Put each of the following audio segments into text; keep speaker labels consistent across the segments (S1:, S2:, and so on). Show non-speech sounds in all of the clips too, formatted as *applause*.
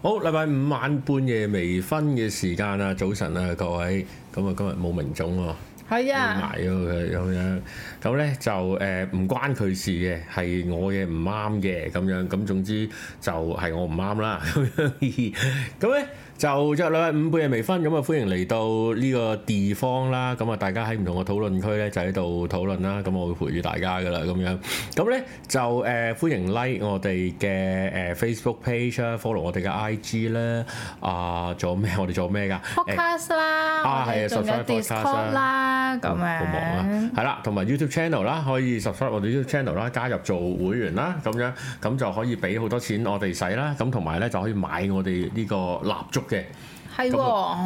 S1: 好，禮拜五晚半夜微醺嘅時間啊，早晨啊，各位，咁啊，今日冇明總喎。
S2: 係啊，
S1: 埋咗佢咁樣，咁咧就誒唔、關佢事嘅，係我嘅唔啱嘅咁樣，咁總之就係我唔啱啦 *laughs* 咁樣。咁咧就即係禮拜五半夜微醺，咁啊歡迎嚟到呢個地方啦。咁啊大家喺唔同嘅討論區咧就喺度討論啦。咁我會陪住大家噶啦咁樣。咁咧就誒、歡迎 like 我哋嘅誒 Facebook page 啦，follow 我哋嘅 IG 啦。啊，仲有咩？我哋做咩㗎？誒
S2: podcast
S1: 啊
S2: 啦，
S1: 係
S2: 我
S1: 啊
S2: 哋仲有
S1: subscribe podcast 啦
S2: Discord 啦，咁
S1: 好忙
S2: 樣
S1: 啊，係啦，同埋 YouTube channel 啦，可以 subscribe 我哋 YouTube channel 啦，加入做會員啦，咁樣咁就可以俾好多錢我哋使啦，咁同埋咧就可以買我哋呢個蠟燭嘅。
S2: 係喎，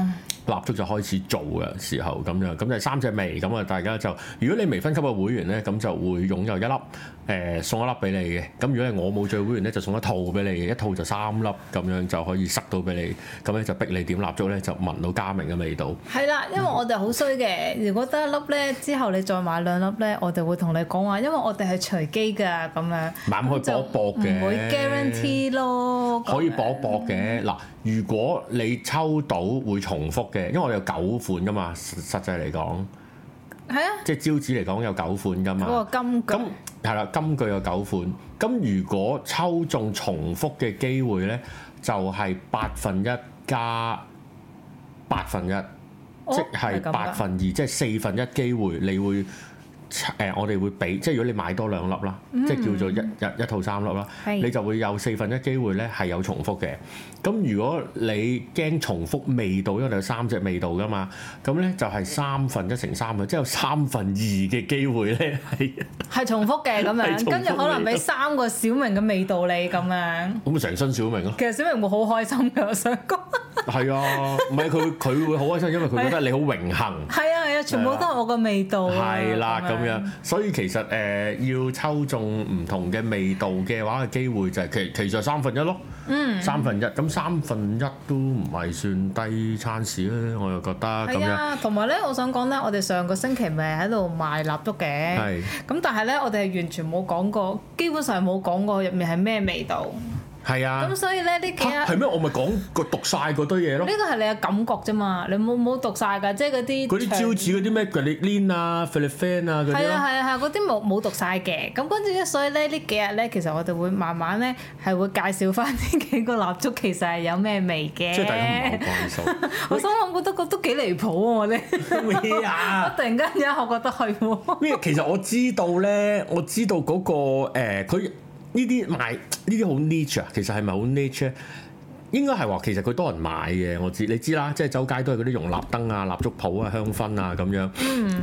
S1: 蠟燭就開始做嘅時候咁樣，咁就三隻味咁啊！大家就如果你未分級嘅會員咧，咁就會擁有一粒誒、呃送一粒俾你嘅。咁如果係我冇做會員咧，就送一套俾你嘅，一套就三粒咁樣就可以塞到俾你。咁咧就逼你點蠟燭咧，就聞到嘉明嘅味道。
S2: 係啦，因為我哋好衰嘅，如果得一粒咧，之後你再買兩粒咧，我哋會同你講話，因為我哋係隨機㗎咁樣，
S1: 猛可以搏一搏嘅
S2: 唔會 Ừ, guarantee 咯，咁樣
S1: 可以搏一搏
S2: 嗯
S1: 嘅嗱，如果你抽到會重複嘅，因為我哋有九款噶嘛，實實際嚟講，
S2: 係啊，
S1: 即係招紙嚟講有九款噶
S2: 嗰
S1: 嘛。
S2: 個金
S1: 咁
S2: 句
S1: 係啦，金句有九款。咁如果抽中重複嘅機會咧，就係八分一加八分一，
S2: 哦
S1: 即
S2: 係
S1: 係
S2: 咁㗎
S1: 八分二，即係四分一機會，你會誒、我哋會俾，即係如果你買多兩粒啦，即係叫做一一一套三粒啦，
S2: 嗯係
S1: 你就會有四分一機會咧係有重複嘅。咁如果你驚重複味道，因為你有三隻味道噶嘛，咁咧就係三分一乘三嘅，即係有三分二嘅機會咧係。
S2: 係重複嘅咁
S1: 係
S2: 樣，
S1: 重複
S2: 跟住可能
S1: 味
S2: 俾
S1: 道
S2: 三個小明嘅味道你咁樣，，
S1: 咁咪成身小明咯
S2: *laughs* 其實小明會好開心㗎，我想講。
S1: 係啊，唔係佢佢會好開心，因為佢覺得你好榮幸，
S2: 係啊係啊，全部都係我個味道啊。
S1: 係啦咁樣，所以其實誒、呃要抽中唔同嘅味道嘅話嘅機會就係、其其實三分一咯，嗯，三分一咁三分一都唔係算低餐市啦，我又覺得咁
S2: 係
S1: 樣
S2: 啊，同埋咧，我想講咧，我哋上個星期咪喺度賣蠟燭嘅，
S1: 係
S2: 咁但係咧，我哋係完全冇講過，基本上冇講過入面係咩味道，
S1: 係啊
S2: 咁，所以咧呢幾日
S1: 嚇係
S2: 呢
S1: 咩？我咪講個讀晒嗰堆嘢咯。
S2: 個係你嘅感覺啫嘛，你冇冇讀晒㗎，即係嗰啲
S1: 嗰啲
S2: 長
S1: 招紙嗰啲咩 g l i l i n 啊、f i l i p i n 啊嗰啲
S2: 係啊
S1: 咯，
S2: 係啊係啊，嗰啲冇冇讀晒嘅。咁跟住咧，所以咧呢幾日咧，其實我哋會慢慢咧係會介紹翻呢幾個蠟燭其實係有咩味嘅。
S1: 即係大家唔係好關
S2: *laughs*
S1: 心
S2: 我心諗覺得覺得都幾離譜喎，我哋
S1: 咩啊
S2: 我突然間有一下覺得
S1: *laughs*
S2: 係喎。
S1: 咩？其實我知道咧，我知道嗰、個呃佢呢啲賣呢啲好 niche 啊，其實係咪好 niche 咧？應該係話其實佢多人買嘅，我知你知啦，即係周街都係嗰啲容納燈啊、蠟燭鋪啊、香薰啊咁樣。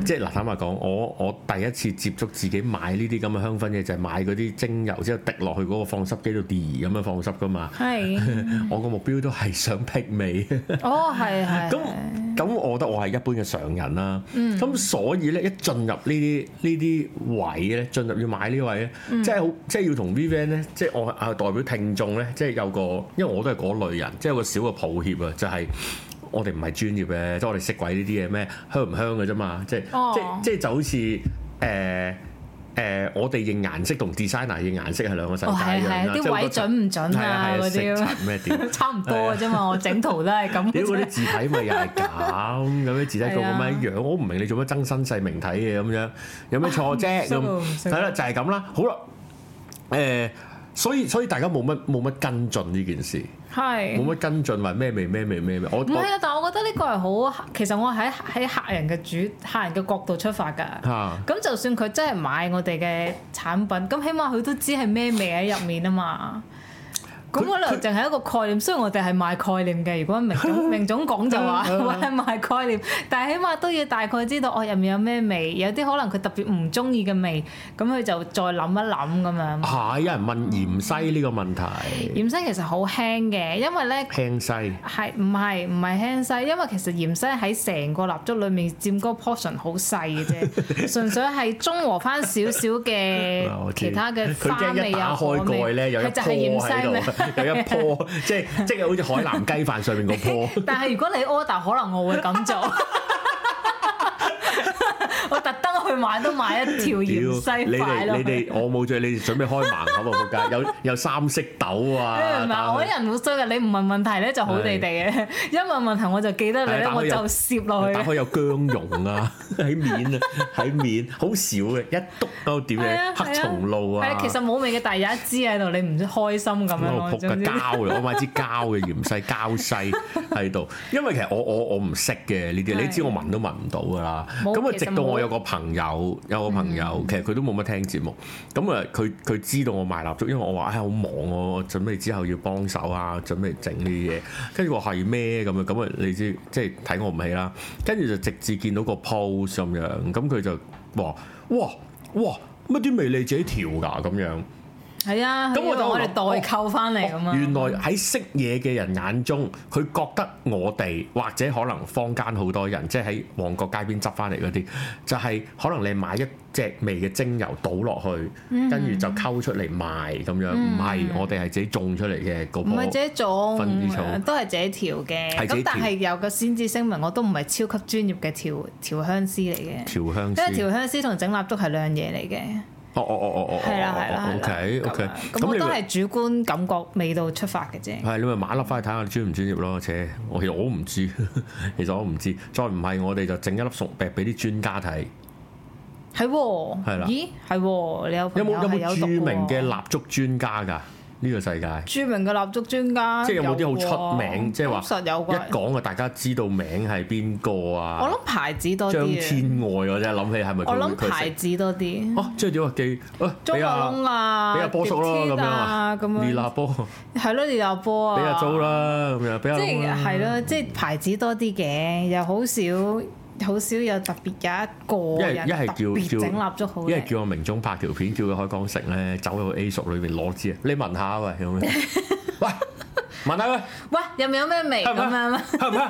S1: 即係嗱，坦白講，我我第一次接觸自己買呢啲咁嘅香薰嘢，就係、買嗰啲精油之後滴落去嗰個放濕機度滴咁樣放濕噶嘛。
S2: 係，
S1: 我個目標都係想辟味。
S2: 哦係係。
S1: 咁咁，我覺得我係一般嘅常人啦。
S2: 嗯
S1: 咁、所以咧，一進入呢啲呢啲位咧，進入要買呢位咧，
S2: 嗯
S1: 即係好，即係要同 Vivian 咧，即係我啊代表聽眾咧，即係有個，因為我都係嗰類人，即係有個小嘅抱歉啊，就係、我哋唔係專業嘅，即係我哋識鬼呢啲嘢咩香唔香嘅啫嘛，即係、
S2: 哦
S1: 即係即係就好似誒。誒、我哋認顏色同 designer 認顏色係兩個世界
S2: 哦
S1: 一
S2: 係
S1: 樣
S2: 係，
S1: 啦即係
S2: 啲
S1: 我
S2: 位
S1: 覺得
S2: 準唔準
S1: 係啊
S2: 啊
S1: 係啊
S2: 嗰
S1: 色
S2: 啲
S1: 塵咩屌？
S2: *laughs* 差唔多嘅啫嘛，我整圖都係咁嘅
S1: 啊屌嗰啲
S2: 啫。
S1: 字體咪又係咁，咁啲字體個個咪一
S2: 係啊
S1: 樣，我唔明你做乜增新細明體嘅咁樣，有咩錯啫？
S2: *laughs* 識喎唔
S1: 咁
S2: 識
S1: 係啦，就係咁啦。好啦，誒，所以所以大家冇乜冇乜跟進呢件事，冇
S2: 係。
S1: 乜跟進話咩味咩味咩味，我
S2: 唔係
S1: 我
S2: 啊，但我覺得呢個係好，其實我喺喺客人嘅主客人嘅角度出發㗎。
S1: 嚇
S2: 咁就算佢真係買我哋嘅產品，咁起碼佢都知係咩味喺入面啊嘛。咁
S1: 佢
S2: 可能淨係一個概念，雖然我哋係賣概念嘅。如
S1: *laughs*
S2: 果明總明總講就話 *laughs* 我係賣概念，但係起碼都要大概知道我哦入面有咩味。有啲可能佢特別唔中意嘅味，咁佢就再諗一諗咁樣。
S1: 嚇，有人問芫茜呢個問題，
S2: 芫荽其實好輕嘅，因為咧
S1: 輕西
S2: 係唔係唔係輕細？因為其實芫荽喺成個蠟燭裡面佔嗰個 portion 好細
S1: *laughs*
S2: 嘅啫，純粹係中和翻少少嘅
S1: 啊我知
S2: 其他嘅
S1: 佢
S2: 花
S1: 驚
S2: 味
S1: 一打
S2: 啊、果
S1: 開蓋
S2: 味，
S1: 咧有一
S2: 係啊就
S1: 棵
S2: 係芫
S1: 喺
S2: 荽味。
S1: 度， *laughs* 有一棵，即係即係好似海南雞飯上面個棵。
S2: 但係如果你 *laughs* order，可能我會咁做。我特登去買都買一條
S1: 屌，
S2: 芫茜
S1: 你
S2: 擺
S1: 哋
S2: 落
S1: 你
S2: *laughs* 去。
S1: 哋我冇着，你哋準備開盲盒啊！仆
S2: *laughs*
S1: 街，有有三色豆
S2: 你明
S1: 啊，
S2: 唔明啊？我啲人好衰嘅，你唔問問題咧就好地地嘅，一問問題我就記得你
S1: 係
S2: 咧，
S1: 打開
S2: 我就
S1: 有
S2: 攝落去
S1: 打。開有姜蓉啊， *laughs* 喺面啊，喺面，好少嘅，一篤嗰點
S2: 係
S1: 嘢
S2: 啊
S1: 黑
S2: 係啊
S1: 松露
S2: 係
S1: 啊
S2: 啊，，其實冇味嘅，但係有一支喺度，你唔開心咁樣
S1: 我
S2: 咯。
S1: 仆
S2: 總
S1: 嘅
S2: 之
S1: 膠嘅，我買支膠嘅芫茜膠西喺度，因為其實我我我唔識嘅呢啲，
S2: 係
S1: 你知我聞都聞唔到㗎啦。
S2: 冇
S1: 咁啊，
S2: 其
S1: 直
S2: 實
S1: 到我
S2: 冇嗯
S1: 有個朋友，有個朋友，其實佢都冇乜聽節目，咁啊，佢佢知道我賣蠟燭，因為我話哎唉好忙，我我準備之後要幫手啊，準備整呢啲嘢，跟住我話係咩咁啊？咁啊，你知即係睇我唔起啦，跟住就直至見到個 post 咁樣，咁佢就話哇哇乜啲味你自己調㗎咁樣。
S2: 係啊，
S1: 咁
S2: 咁
S1: 我
S2: 我
S1: 就
S2: 就我
S1: 諗
S2: 哋代購翻嚟咁
S1: 哦
S2: 啊。
S1: 原來喺識嘢嘅人眼中，佢覺得我哋或者可能坊間好多人，即係喺旺角街邊執翻嚟嗰啲，就係、可能你買一隻味嘅精油倒落去，
S2: 嗯
S1: 跟住就溝出嚟賣咁樣。唔係、我哋係自己種出嚟嘅嗰
S2: 唔係自
S1: 棵。
S2: 己種
S1: 分子草，
S2: 都係自己調嘅。
S1: 係自己調
S2: 咁但係有個先知聲明，我都唔係超級專業嘅調調香師嚟嘅，
S1: 調香師，
S2: 因為調香師同整蠟燭係兩樣嘢嚟嘅。
S1: 哦哦哦哦哦，
S2: 係啦係啦係啦
S1: OK OK，
S2: 咁
S1: 咁
S2: 我
S1: 你啊
S2: 都
S1: 咪
S2: 係主觀感覺味道出發嘅啫。
S1: 係你咪買粒翻去睇下你專唔專業咯，且我其實我都唔知，其實我唔知，再唔係我哋就整一粒熟餅俾啲專家睇。
S2: 係喎，
S1: 係啦
S2: 咦係喎，你有
S1: 有
S2: 朋
S1: 冇
S2: 友
S1: 有
S2: 係
S1: 冇著
S2: 讀喎
S1: 名嘅蠟燭專家㗎？呢個世界
S2: 著名嘅蠟燭專家，
S1: 即係有冇啲好出
S2: 喎
S1: 名，即係話
S2: 咁實有
S1: 一
S2: 啩？
S1: 講啊，大家知道名係邊個
S2: 我
S1: 啊？
S2: 諗牌子多
S1: 張
S2: 啲啊，
S1: 天愛我真係諗起係咪
S2: 我諗
S1: 佢佢
S2: 牌
S1: 識？
S2: 子多啲。
S1: 哦，即係點啊？記啊，
S2: 中
S1: 俾
S2: 國窿
S1: 阿
S2: 啊，
S1: 俾阿波叔咯
S2: 碟
S1: 咁
S2: 天
S1: 樣
S2: 啊，
S1: 啊，
S2: 咁
S1: 列
S2: 樣
S1: 那波
S2: 係咯，列那波啊，
S1: 俾阿租，啦，咁樣俾阿
S2: 即
S1: 窿
S2: 係
S1: 啦
S2: 係咯，即係牌子多啲嘅，又好少好少有特別有一個
S1: 一係
S2: 人
S1: 一係叫
S2: 特別
S1: 叫
S2: 整蠟燭好
S1: 因為
S2: 靚，
S1: 叫我明中拍條片，叫佢開光城咧，走入去 A 熟裏邊攞支，你聞下喂咁樣，喂聞下喂
S2: *laughs* 喂有冇有咩味
S1: 係
S2: 咁
S1: 咪
S2: 樣啊？
S1: 係咪啊？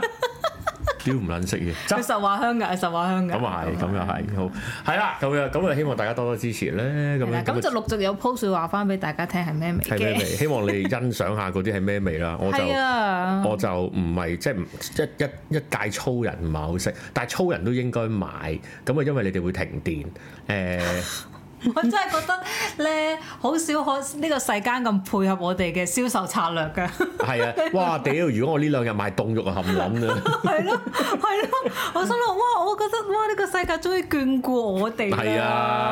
S1: 屌唔撚識嘢，
S2: 佢
S1: 執
S2: 實話香㗎，實話香㗎。
S1: 咁啊係，咁又係，好係啦，咁樣咁啊，希望大家多多支持咧，咁
S2: 係啦
S1: 樣
S2: 咁就陸續有 post 會話翻俾大家聽係咩味
S1: 係咩味？
S2: *laughs* 嘅。
S1: 希望你欣賞下嗰啲 *laughs* 係咩味啦，我就
S2: 係。啊， *laughs*
S1: 我就唔係即係唔一一一介粗人唔係好識，但係粗人都應該買，咁啊因為你哋會停電，誒、 *laughs*
S2: 我真係覺得咧，好少可呢個世間咁配合我哋嘅銷售策略㗎。
S1: 係啊，哇屌！如果我呢兩日賣凍肉啊含撚啊，
S2: 係咯，係咯，我心諗哇，我覺得哇，呢、個世界終於眷顧我哋
S1: 係
S2: 啦，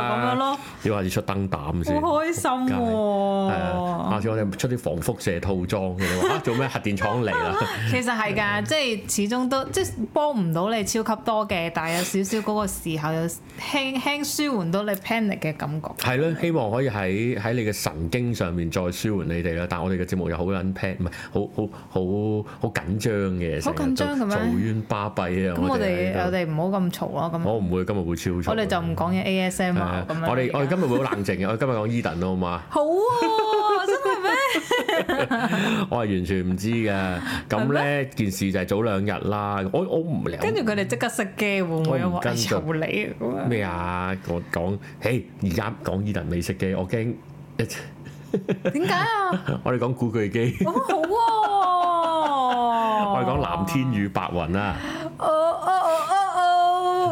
S2: 咁
S1: 啊，
S2: 樣咯，，
S1: 你話要出燈膽
S2: 好
S1: 先，
S2: 開心
S1: 係
S2: 喎、
S1: 啊，下次我哋出啲防輻射套裝嘅，你話啊做咩核電廠嚟啦？
S2: 其實係
S1: 嗯
S2: 㗎，即係始終都即係幫唔到你超級多嘅，但係有少少嗰個時候有輕輕舒緩到你 panic 嘅感覺。
S1: 係咯，希望可以喺喺你嘅神經上面再舒緩你哋啦。但係我哋嘅節目又好撚 pat，唔係好好好好緊張嘅，成
S2: 好
S1: 日都
S2: 緊張嘅咩
S1: 嘈冤巴閉啊！
S2: 咁我哋
S1: 喺
S2: 我
S1: 度
S2: 哋唔好咁嘈咯，咁
S1: 我唔會今日會超嘈。啊
S2: 我哋就唔講嘢 ASM
S1: 係
S2: 啊
S1: 啊，
S2: 咁樣。
S1: 我哋我哋
S2: 而家
S1: 今日會好冷靜嘅。我哋今日講 Eden 咯，好
S2: *laughs*
S1: 嘛？
S2: 好喎、真係咩？
S1: 我係完全唔知嘅。咁咧件事就係早兩日啦。我我唔理
S2: *laughs* 跟住佢哋即刻熄機，會唔會
S1: 我唔
S2: 話
S1: 跟進
S2: 嘈你啊咁樣？
S1: 咩啊？我講，誒而家講 Eden 美食機，我驚
S2: 點解啊？
S1: 我哋講古巨基，
S2: 好好喎、
S1: 我哋講藍天與白雲啊啦。
S2: 哦哦哦哦哦，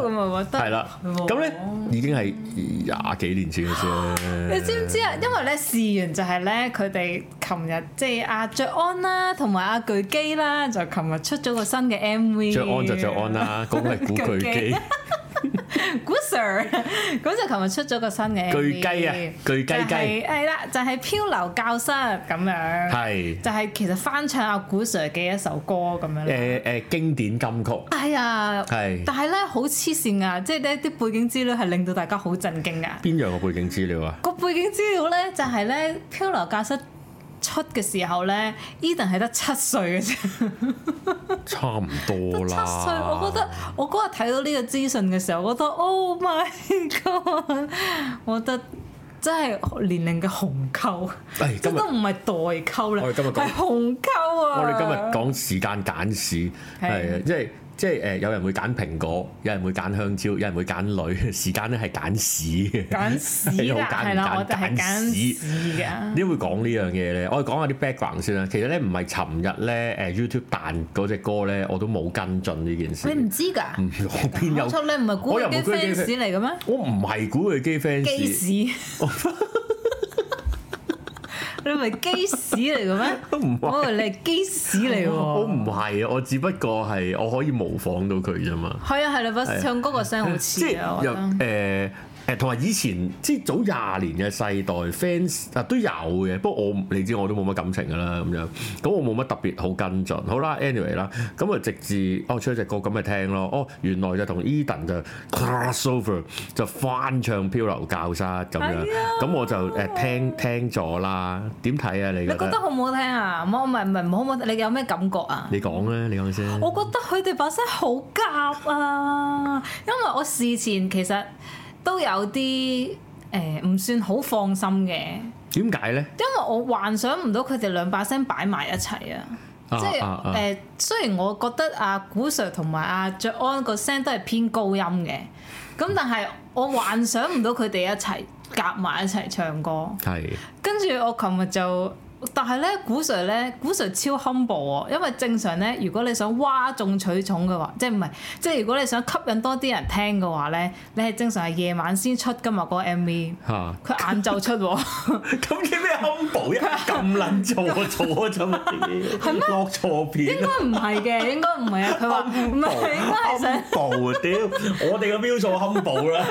S2: 咁啊覺得
S1: 係啦，咁咧已經係廿幾年前嘅事啦。
S2: *laughs* 你知唔知啊？因為咧試完就係咧，佢哋琴日即係阿爵安啦，同埋阿巨基啦，就琴日出咗個新嘅 MV。
S1: 着安就着安。
S2: *laughs*
S1: 啦，講係古巨基，
S2: 古 Sir，咁就琴日出咗個新嘅 MV。
S1: 巨雞啊巨雞雞
S2: 就係係啦，就係漂流教室咁樣，
S1: 係
S2: 就係其實翻唱阿古 Sir 嘅一首歌咁樣啦。
S1: 誒誒經典金曲，
S2: 哎呀，
S1: 係
S2: 但係咧好黐線啊！即係呢啲背景資料係令到大家好震驚啊！
S1: 邊樣嘅背景資料啊？
S2: 個背景資料咧就係咧漂流教室出嘅時候咧，Eden 係得七歲嘅啫，
S1: 差唔多
S2: *laughs* 七歲！
S1: 啦。
S2: 我覺得我嗰日睇到呢個資訊嘅時候，我覺得 Oh my God！我覺得真係年齡嘅鴻溝，
S1: 誒
S2: 即
S1: 哎今日
S2: 都唔係代溝啦，
S1: 我哋今日講
S2: 係鴻溝啊！
S1: 我哋今日講時間簡史，
S2: 係
S1: 係啊，即係即係誒有人會揀蘋果，有人會揀香蕉，有人會揀女， *laughs* 時間咧係揀屎嘅。*laughs*
S2: 揀屎
S1: 好
S2: 啦，
S1: 揀
S2: 係
S1: 唔
S2: 啦，
S1: 揀
S2: 我哋係
S1: 揀
S2: 揀
S1: 屎
S2: 屎㗎。
S1: 點會講呢樣嘢咧？我哋講下啲 background 先啦。其實咧唔係尋日咧誒 YouTube 彈嗰只歌咧，我都冇跟進呢件事
S2: 你。唔知㗎？
S1: 唔我邊有
S2: 我？出你唔係古
S1: 我又
S2: 巨
S1: 唔係
S2: 基
S1: 古巨基
S2: fans 嚟嘅咩？
S1: 我唔係古巨基
S2: 基
S1: fans，
S2: 屎。你唔係基屎嚟嘅咩？
S1: 都唔係
S2: 我以為你係基屎嚟
S1: 我
S2: 喎。
S1: 唔係啊！我只不過係我可以模仿到佢啫嘛。
S2: 係啊係啦，把
S1: 係啊
S2: 唱歌個聲好似
S1: 即係
S2: 啊，我覺
S1: 又
S2: 得。
S1: 誒誒，同埋以前即係早廿年嘅世代 fans 啊都有嘅，不過我唔你知我都冇乜感情噶啦咁樣，咁我冇乜特別好跟進。好啦，anyway 啦，咁啊直至哦出咗隻歌咁咪聽咯，哦原來就同 Eden 就 crossover 就翻唱《漂流教室》咁
S2: 係
S1: 樣，
S2: 啊
S1: 咁我就誒聽聽咗啦，點睇啊？你
S2: 你
S1: 覺
S2: 覺得
S1: 得？
S2: 好唔好聽啊？唔好唔係唔係唔好唔好，你有咩感覺啊？
S1: 你講咧，你講先。
S2: 我覺得佢哋把聲好夾啊，因為我事前其實都有啲誒唔算好放心嘅，因
S1: 點解咧？
S2: 為我幻想唔到佢哋兩把聲擺埋一齊啊。
S1: 啊
S2: 即係誒、
S1: 啊啊
S2: 雖然我覺得阿、古 Sir 同埋阿卓安個聲都係偏高音嘅，
S1: *laughs*
S2: 咁但係我幻想唔到佢哋一齊夾埋一齊唱歌。
S1: 係
S2: 跟住我琴日就，但係咧古 Sir 咧，古 Sir 超 humble 喎，因為正常咧，如果你想嘩眾取寵嘅話，即係唔係，即係如果你想吸引多啲人聽嘅話咧，你係正常係夜晚先出噶嘛嗰個 MV，
S1: 嚇。
S2: 佢晏晝出喎，
S1: *laughs* 咁你咩 humble 啊？咁撚做我做咗啫嘛，
S2: *laughs*
S1: 落錯
S2: 應
S1: 片啊
S2: 該唔係
S1: *laughs*
S2: 嘅，應該唔係啊，佢話唔係，應該係想
S1: ！humble 啊！屌，我哋嘅標數 humble
S2: *laughs*
S1: 啦！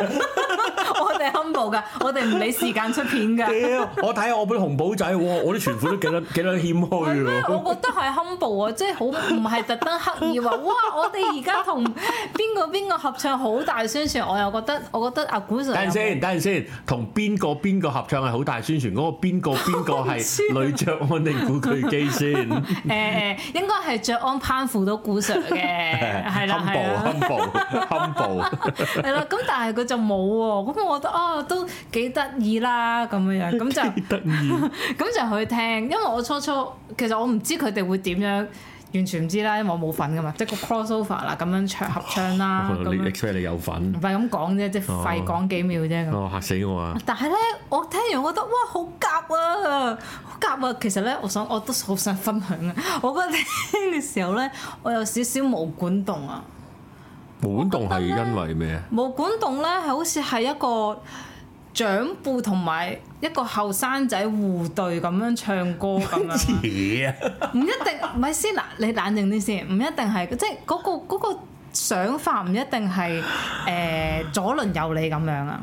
S2: 我哋 humble 噶，我哋唔理時間出片㗎。
S1: 屌，我睇下我本紅寶仔，哇！我啲存款都幾撚幾撚謙
S2: 係
S1: 虛
S2: 咩？
S1: 喎。
S2: 我覺得係 humble 啊，即係好唔係特登
S1: *laughs*
S2: 刻意話，哇！我哋而家同邊個邊個合唱好大宣傳，我又覺得我覺得阿古 Sir
S1: 等陣
S2: 有
S1: 先，
S2: 冇
S1: 等陣先，同邊個邊個合唱係好大宣傳？嗰個邊
S2: *laughs*
S1: 個
S2: 啊
S1: 邊個係
S2: 我
S1: 女爵安定古巨基先
S2: 誒誒，應該係着安攀附到古 Sir
S1: *laughs*
S2: 嘅， *laughs* 係啦係啊
S1: 啊
S2: 啦。 *laughs*
S1: ？humble，humble，humble，
S2: 係啦，咁但係佢就冇喎，咁我覺得啊都幾得意啦咁樣樣，
S1: *laughs*
S2: 咁就
S1: 得意。
S2: *laughs* 咁就去聽，因為我初初其實我唔知佢哋會點樣，完全唔知啦，因為我冇份噶嘛，即係個 crossover 啦，咁樣唱合
S1: *laughs*
S2: 唱啦，咁
S1: 哦你
S2: 樣
S1: expect 你有份
S2: 唔？係咁講啫，即係
S1: 哦
S2: 廢講幾秒啫咁。
S1: 哦，嚇死我啊！
S2: 但係咧，我聽完我覺得哇，好夾啊，好夾啊！其實咧，我想我都好想分享啊。我覺得聽嘅時候咧，我有少少冇管動啊。
S1: 滿動係因為咩啊？
S2: *laughs* 冇管動咧，係好似係一個長輩同埋一個後生仔互對咁樣唱歌咁
S1: *laughs*
S2: 樣啊。
S1: 嘢啊！
S2: 唔一定，唔係先嗱，你冷靜啲先，唔一定係，即係嗰、個嗰、個想法唔一定係誒、左鄰右里咁樣啊。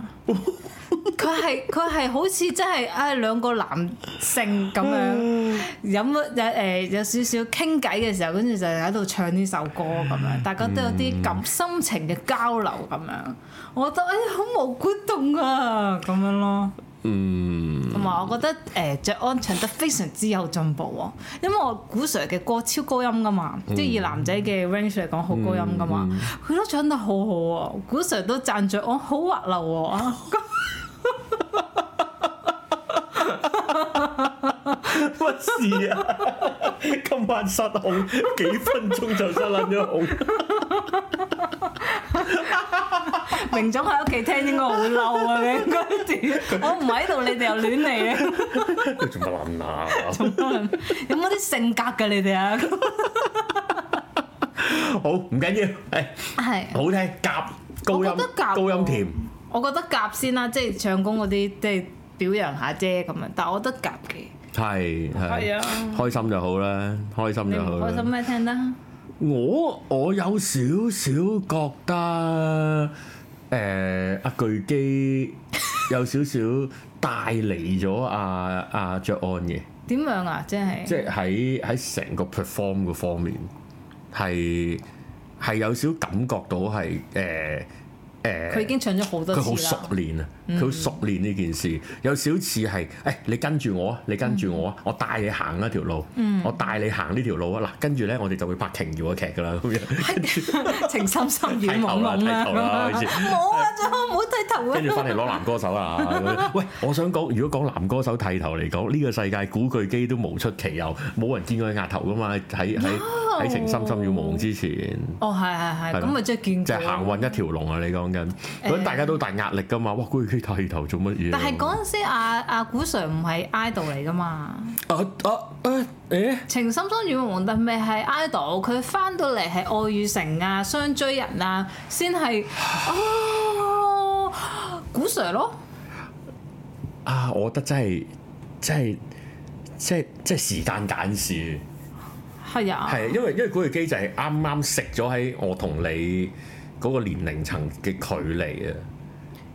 S2: 佢係佢係好似真係啊兩個男性咁樣飲咗有誒有少少傾偈嘅時候，跟住就喺度唱呢首歌咁樣，大家都有啲咁心情嘅交流咁樣，我覺得哎呀好無管動啊咁樣咯。
S1: 嗯，
S2: 同埋我覺得誒爵安唱得非常之有進步喎、因為我古 Sir 嘅歌超高音噶嘛，
S1: 嗯
S2: 即係以男仔嘅 range 嚟講好高音噶嘛，佢、都唱得好好、喎，古 Sir 都讚爵安好滑溜喎、啊，
S1: 乜事啊？今晚失控，幾分鐘就失撚咗控。
S2: 明總喺屋企聽應該好嬲啊，你應該點？
S1: *laughs*
S2: 我唔喺度，你哋又亂嚟，啊
S1: 你做乜撚啊？
S2: 有冇啲性格㗎你哋啊？
S1: 好，唔緊要，誒，
S2: 係。
S1: 好聽，夾高
S2: 我覺得
S1: 音，
S2: 夾喎
S1: 高音甜。
S2: 我覺得夾先啦，即係唱功嗰啲，即係表揚下啫咁樣。但係我覺得夾嘅，
S1: 係
S2: 係啊
S1: 開心就好啦，開心
S2: 你
S1: 就好
S2: 唔開心
S1: 啦。
S2: 咩聽得？
S1: 我我有少少覺得，誒阿巨基有少少帶嚟咗阿阿卓安嘅。
S2: 點樣啊？即係
S1: 即係喺喺成個 perform 嗰方面係係有少感覺到係誒誒
S2: 佢已經唱咗好多
S1: 佢好
S2: 次
S1: 熟
S2: 啦。嗯
S1: 練啊！佢好熟練呢件事，有少似係誒你跟住我啊，你跟
S2: 嗯
S1: 住我啊，我帶你行一條路，我帶你行呢條路啊！嗱，跟住咧我哋就會拍瓊瑤嘅劇㗎啦，咁
S2: *laughs*
S1: 樣跟住
S2: *laughs* 情深深雨濛濛
S1: *laughs* 剃頭啦剃
S2: 啦，
S1: 頭啦開始
S2: *laughs* 冇啊，最好唔好剃頭
S1: 跟住
S2: 啊！
S1: 翻嚟攞男歌手啦。咁樣喂，我想講，如果講男歌手剃頭嚟講，呢、個世界古巨基都無出其右，冇人見過佢額頭㗎嘛？喺喺喺情深深雨濛濛之前。
S2: *laughs* 哦，係係係，
S1: 係
S2: 咁
S1: 咯
S2: 咪即係見
S1: 就係
S2: 過
S1: 行運一條龍啊！你講緊，
S2: 誒
S1: 咁大家都大壓力㗎嘛？哇！古巨基剃頭做乜嘢啊？
S2: 但係嗰陣時，阿阿古 Sir 唔係 idol 嚟噶嘛？
S1: 啊啊啊誒！
S2: 情深深雨濛濛，但咪係 idol，佢翻到嚟係愛與誠啊、雙追人啊，
S1: *sighs*
S2: 先係 *gasps* 哦古 Sir 咯。
S1: 啊，我覺得真係真係即係即係時間揀事，
S2: 係啊，
S1: 係因為因為古巨基就係啱啱食咗喺我同你嗰個年齡層嘅距離啊。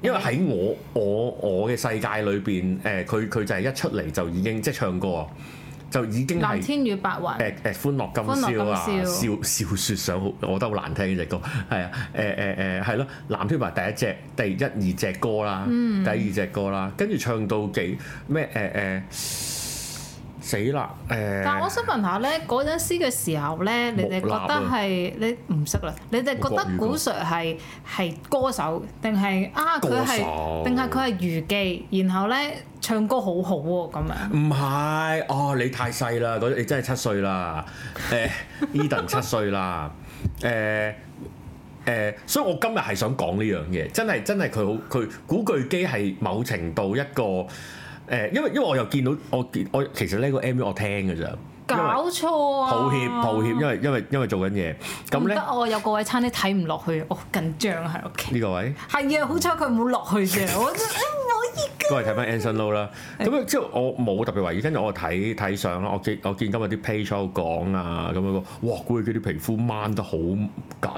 S1: 因為喺我我我嘅世界裏邊，誒佢佢就係一出嚟就已經即係唱歌啊，就已經
S2: 藍
S1: 係
S2: 天與白雲。
S1: 誒誒歡樂今宵啊，
S2: 歡樂
S1: 笑
S2: 今
S1: 笑説上好，我覺得好難聽呢隻歌，係啊誒誒誒係咯，藍天白第一隻第一二隻歌啦，第二隻歌啦，跟住唱到幾咩誒誒死啦
S2: 但我
S1: 誒，
S2: 想問下咧，嗰陣時嘅時候咧，你哋覺
S1: 木
S2: 得
S1: 納啊
S2: 係你唔識啦？你哋覺得古 Sir 係係歌手定係啊佢
S1: 歌
S2: 係
S1: 手
S2: 定係佢係娛記，然後咧唱歌好好喎咁樣。
S1: 唔係哦，你太細啦，嗰你真係七歲啦，誒 Eden 七歲啦，誒。誒、所以我今日係想講呢樣嘢，真係真係佢好佢古巨基係某程度一個誒、因為因為我又見到我見我其實呢個 MV 我聽嘅咋，因為
S2: 搞錯啊！
S1: 抱歉抱歉，因為因為因為做緊嘢，咁
S2: 唔
S1: 咧
S2: 得，我有個位差啲睇唔落去，我緊張喺屋
S1: *laughs*
S2: 企。
S1: 呢個位。
S2: 係啊，好彩佢冇落去啫，我真係唔好意思。
S1: 都係睇翻 Anson Low 啦。咁樣之後我冇特別懷疑，跟住我睇睇相啦。我見我見今日啲 page 有講啊，咁樣個哇，估佢啲皮膚掹得好緊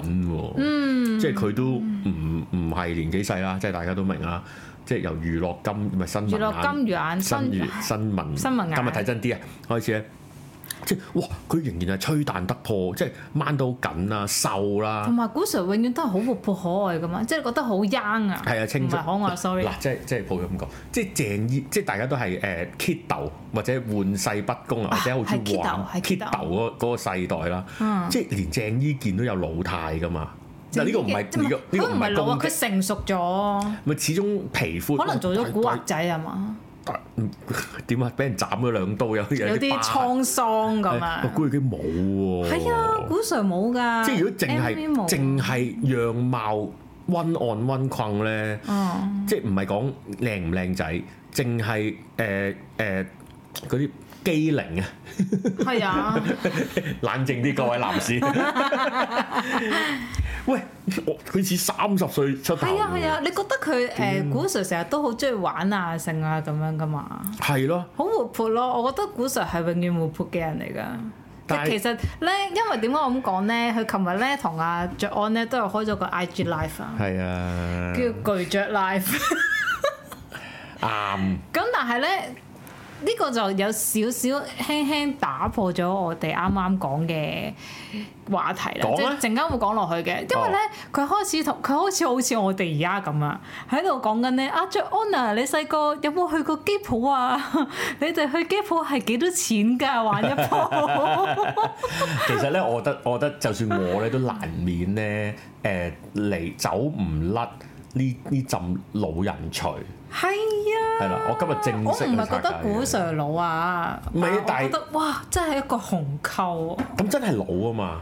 S1: 喎。嗯，即係佢都唔唔係年紀細啦，即係大家都明啦。即係由娛樂金唔係新聞
S2: 娛樂
S1: 眼
S2: 金魚眼
S1: 新
S2: 新
S1: 月新聞
S2: 新聞眼
S1: 今日睇真啲啊，開始咧。即係哇！佢仍然係吹彈得破，即係掹到好緊啦、瘦啦、
S2: 同埋古 Sir 永遠都係好活潑可愛噶嘛，即係覺得好 young 啊，
S1: 係啊，青
S2: 唔
S1: 春
S2: 係可愛，sorry。
S1: 嗱，即係即係抱咁講，即係鄭伊，即係大家都係誒 kiddo 或者玩世不恭啊，
S2: 啊
S1: 或者好中意玩
S2: 係 kiddo，係
S1: kiddo 嗰嗰個世代啦
S2: 嗯。
S1: 即係連鄭伊健都有老態噶嘛。嗱，呢個唔係呢個呢
S2: 佢
S1: 個
S2: 唔
S1: 唔
S2: 係
S1: 係
S2: 老啊，
S1: 攻
S2: 佢
S1: 擊，
S2: 成熟咗，
S1: 咪始終皮膚
S2: 可能做咗古惑
S1: 大
S2: 仔啊嘛，
S1: 大大嗯點啊？俾人斬咗兩刀，有
S2: 有啲
S1: 疤
S2: 滄桑咁
S1: 係我
S2: 啊。
S1: 估佢冇喎。
S2: 係啊，古 Sir 冇㗎，
S1: 即係如果淨
S2: MV
S1: 係
S2: 冇
S1: 淨係樣貌温岸温困咧。
S2: 嗯
S1: 即係唔係講靚唔靚仔，淨係誒誒嗰啲機靈啊！ *laughs*
S2: 係啊，
S1: 冷靜啲，各位男
S2: *laughs*
S1: 士。喂，我佢似三十歲出頭。
S2: 係啊係啊，你覺得佢
S1: 嗯
S2: 誒古 Sir 成日都好中意玩啊、剩啊咁樣㗎嘛？
S1: 係咯，
S2: 好活潑咯，我覺得古 Sir 係永遠活潑嘅人嚟㗎。
S1: 但
S2: 但
S1: 係
S2: 其實咧，因為點解我咁講咧？佢琴日咧同阿爵安咧都有開咗個 IG live 啊，
S1: 係啊，
S2: 叫巨爵 live。
S1: 啱。
S2: 咁但係咧，呢、個就有少少輕輕打破咗我哋啱啱講嘅話題啦。
S1: 講
S2: 即係
S1: 啊哦
S2: 陣間會講落去嘅，因為咧佢開始同佢開始好似我哋而家咁啊，喺度講緊咧啊，爵安啊，你細個有冇去過機鋪啊？ *laughs* 你哋去機鋪係幾多錢㗎？玩
S1: *laughs*
S2: 一鋪
S1: 其實咧，我覺得我覺得就算我咧都難免咧誒嚟走唔甩呢呢陣老人除。
S2: 係啊！
S1: 係啦，我今日正
S2: 我
S1: 式
S2: 唔
S1: 去
S2: 係覺
S1: 拆解
S2: 得
S1: 嘅
S2: 古 Sir 佬啊，
S1: 唔係
S2: 啊
S1: 但係
S2: 我覺得哇，真係一個紅溝啊！
S1: 咁真係老啊嘛，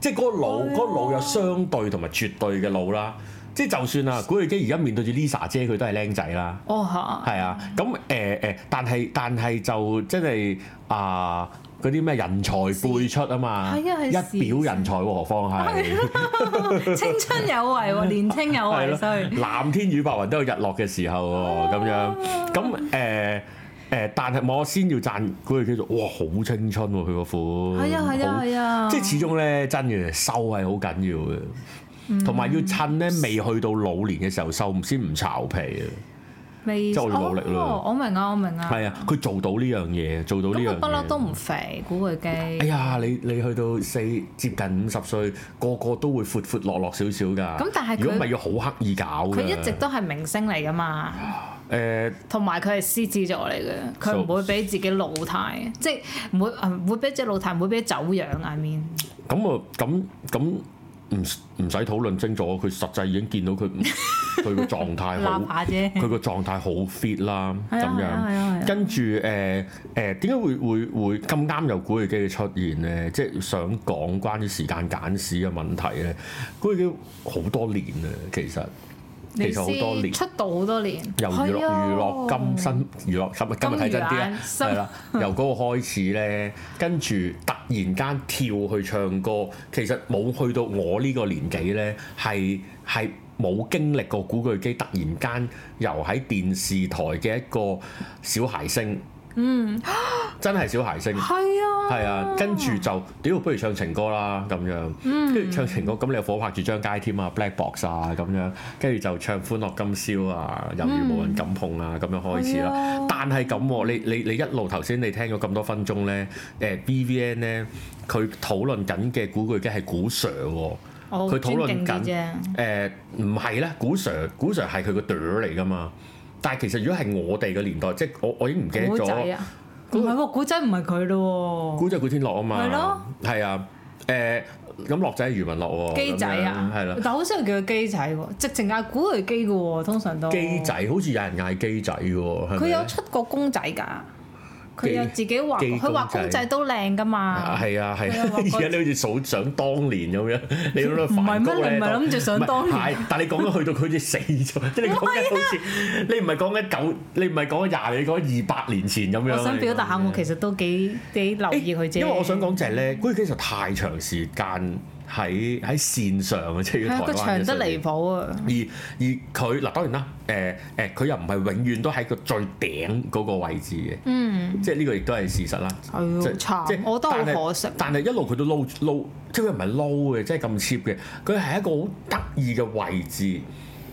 S1: 即係嗰個老，嗰個老有相對同埋絕對嘅老啦。即係就算啊，古巨基而家面對住 Lisa 姐，佢都係僆仔啦，
S2: 哦
S1: *laughs*
S2: 嚇，
S1: 係啊。咁誒誒，但係但係就真係啊，嗰啲咩人才輩出啊嘛，
S2: 係啊係
S1: 一表人才喎，何況係
S2: 青春有為喎，年青有為，所以。
S1: 藍天與白雲都有日落嘅時候
S2: 啊
S1: 喎，咁樣咁誒。誒，但係我先要讚古巨基就哇，好青春喎，佢個款，
S2: 係啊係啊
S1: 嗯好
S2: 係啊！
S1: 即係始終咧，真嘅收係好緊要
S2: 嗯
S1: 嘅，同埋要趁咧未去到老年嘅時候收，先唔巢皮啊！
S2: 未
S1: 即係我要努力啦
S2: 哦我明啊，我明啊。
S1: 係啊，佢做到呢樣嘢，做到呢
S2: 咁佢
S1: 樣
S2: 不嬲都
S1: 嘢。
S2: 唔肥，古巨基。
S1: 哎呀，你你去到四接近五十歲，個個都會闊闊落落少少㗎。
S2: 咁但係佢
S1: 如果唔係要好刻意搞㗎
S2: 佢一直都係明星嚟噶嘛，
S1: 誒
S2: 同埋佢係獅子座嚟嘅，佢
S1: So-
S2: 唔會俾自己老態，即係唔會啊唔會俾只老態，唔會俾走樣。I mean，
S1: 咁啊，咁咁唔唔使討論清楚，佢實際已經見到佢
S2: *laughs*
S1: 佢個狀態好
S2: 立，下啫。
S1: 佢個狀態好 fit 啦，
S2: 係
S1: 咁
S2: 啊係啊係啊係啊
S1: 樣。跟住誒誒，點解會會會咁啱有古巨基嘅出現咧？即係想講關於時間簡史嘅問題咧。古巨基好多年啊，其實其
S2: 你
S1: 實好多
S2: 先
S1: 年。
S2: 出道好多年，
S1: 由娛樂
S2: 係啊
S1: 娛樂金新娛樂金今日睇真啲
S2: 金魚眼
S1: 啦，
S2: 心
S1: 係啦，由嗰個開始咧，跟住突然間跳去唱歌，其實冇去到我呢個年紀咧，係係冇經歷過古巨基突然間由喺電視台嘅一個小孩星，嗯，真係小孩星。
S2: 係啊，嗯
S1: 係啊，跟住就屌，不如唱情歌啦咁樣，跟住唱情歌，咁你又火拍住張街添啊，Black Box 啊咁樣，跟住就唱歡樂今宵啊，猶如無人敢碰啊咁樣開始啦。
S2: 係啊
S1: 但係咁喎，你你你一路頭先你聽咗咁多分鐘咧，誒 BVN 咧，佢討論緊嘅古巨基係古 Sir 喎。
S2: 我
S1: 佢討論緊
S2: 尊敬啲啫。
S1: 誒唔係咧，古 Sir 古 Sir 係佢個朵嚟噶嘛。但係其實如果係我哋嘅年代，即係我我已經唔記得
S2: 古仔
S1: 咗。
S2: 啊，唔係喎，古仔唔係佢咯
S1: 古仔古天樂啊嘛，
S2: 係咯，
S1: 係啊，誒咁樂仔係余文樂喎，
S2: 喎，基仔啊
S1: 咁，樣係啦，
S2: 但好少人叫佢基仔喎，直情嗌古巨基嘅喎，通常都
S1: 基仔好似有人嗌基仔嘅喎，係
S2: 佢
S1: 咪
S2: 有出過公仔㗎，佢
S1: 基
S2: 有自己畫，
S1: 基
S2: 佢畫
S1: 公
S2: 公
S1: 仔
S2: 仔都靚㗎
S1: 啊
S2: 嘛。
S1: 係啊係
S2: 佢有
S1: 啊，*laughs*
S2: 話
S1: 而
S2: 過
S1: 家你好似數想當年咁樣，你諗到
S2: 唔係
S1: 梵
S2: 咩
S1: 高
S2: 你
S1: 咧，
S2: 唔係諗住想當年
S1: 唔係係但你講緊去到佢好似死咗，即係你講
S2: *laughs*
S1: 緊好似你唔係講緊九，你唔係講緊廿，你講二百年前咁樣。啊
S2: 我想表達下，我其實都幾幾留意佢啫。
S1: 因為我想講就係咧，古巨基實太長時間喺喺線上啊，即係
S2: 係啊，
S1: 台灣
S2: 佢
S1: 嘅上
S2: 長得
S1: 面
S2: 離譜啊！
S1: 而而佢嗱當然啦，誒誒佢又唔係永遠都喺個最頂嗰個位置嘅，
S2: 嗯，
S1: 即係呢個亦都係事實啦。
S2: 係
S1: 即
S2: 喎，慘，我覺
S1: 但
S2: 得
S1: 係
S2: 好可惜。
S1: 但係一路佢都撈撈，即係佢唔係撈嘅，即係咁 cheap 嘅。佢係一個好得意嘅位置，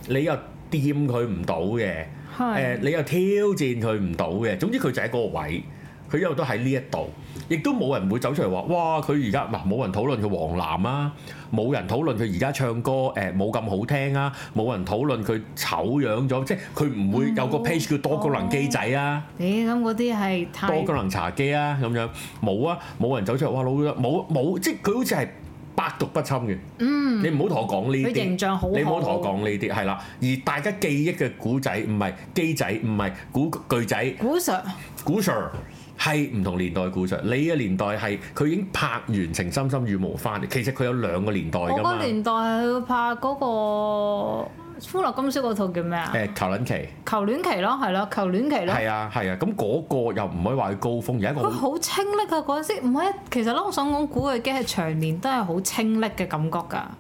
S1: 你又掂佢唔到嘅，誒、
S2: 係
S1: 你又挑戰佢唔到嘅。總之佢就喺嗰個位，佢一路都喺呢一度，亦都冇人會走出嚟話，哇！佢而家嗱冇人討論佢黃藍啊，冇人討論佢而家唱歌誒冇咁好聽啊，冇人討論佢醜樣咗，即係佢唔會
S2: 嗯
S1: 有個 page 叫多功能機仔啊。
S2: 你咁嗰啲係
S1: 多
S2: 太
S1: 功能茶几啊咁樣，冇啊，冇人走出嚟，哇老咗冇冇，即係佢好似係百毒不侵嘅。嗯，你唔好同我講呢
S2: 佢形
S1: 啲，
S2: 象好好，
S1: 你唔好同我講呢啲，係啦。而大家記憶嘅古仔唔係機仔，唔係古巨仔，
S2: 古 Sir
S1: 古 Sir。係唔同年代嘅古 Sir，你嘅年代係佢已經拍完《情深深雨無翻》，其實佢有兩個年代
S2: 我
S1: 㗎嘛
S2: 嗰。年代係佢拍嗰個《歡樂今宵》嗰套叫咩啊？
S1: 誒求撚期，
S2: 求戀期咯，係咯，求戀期咯。
S1: 係啊係啊，咁嗰個又唔可以話佢高峰，有一個
S2: 佢好清瀝啊！嗰陣時唔係，其實咧，我想講古巨基係長年都係好清瀝嘅感覺㗎。係
S1: 哦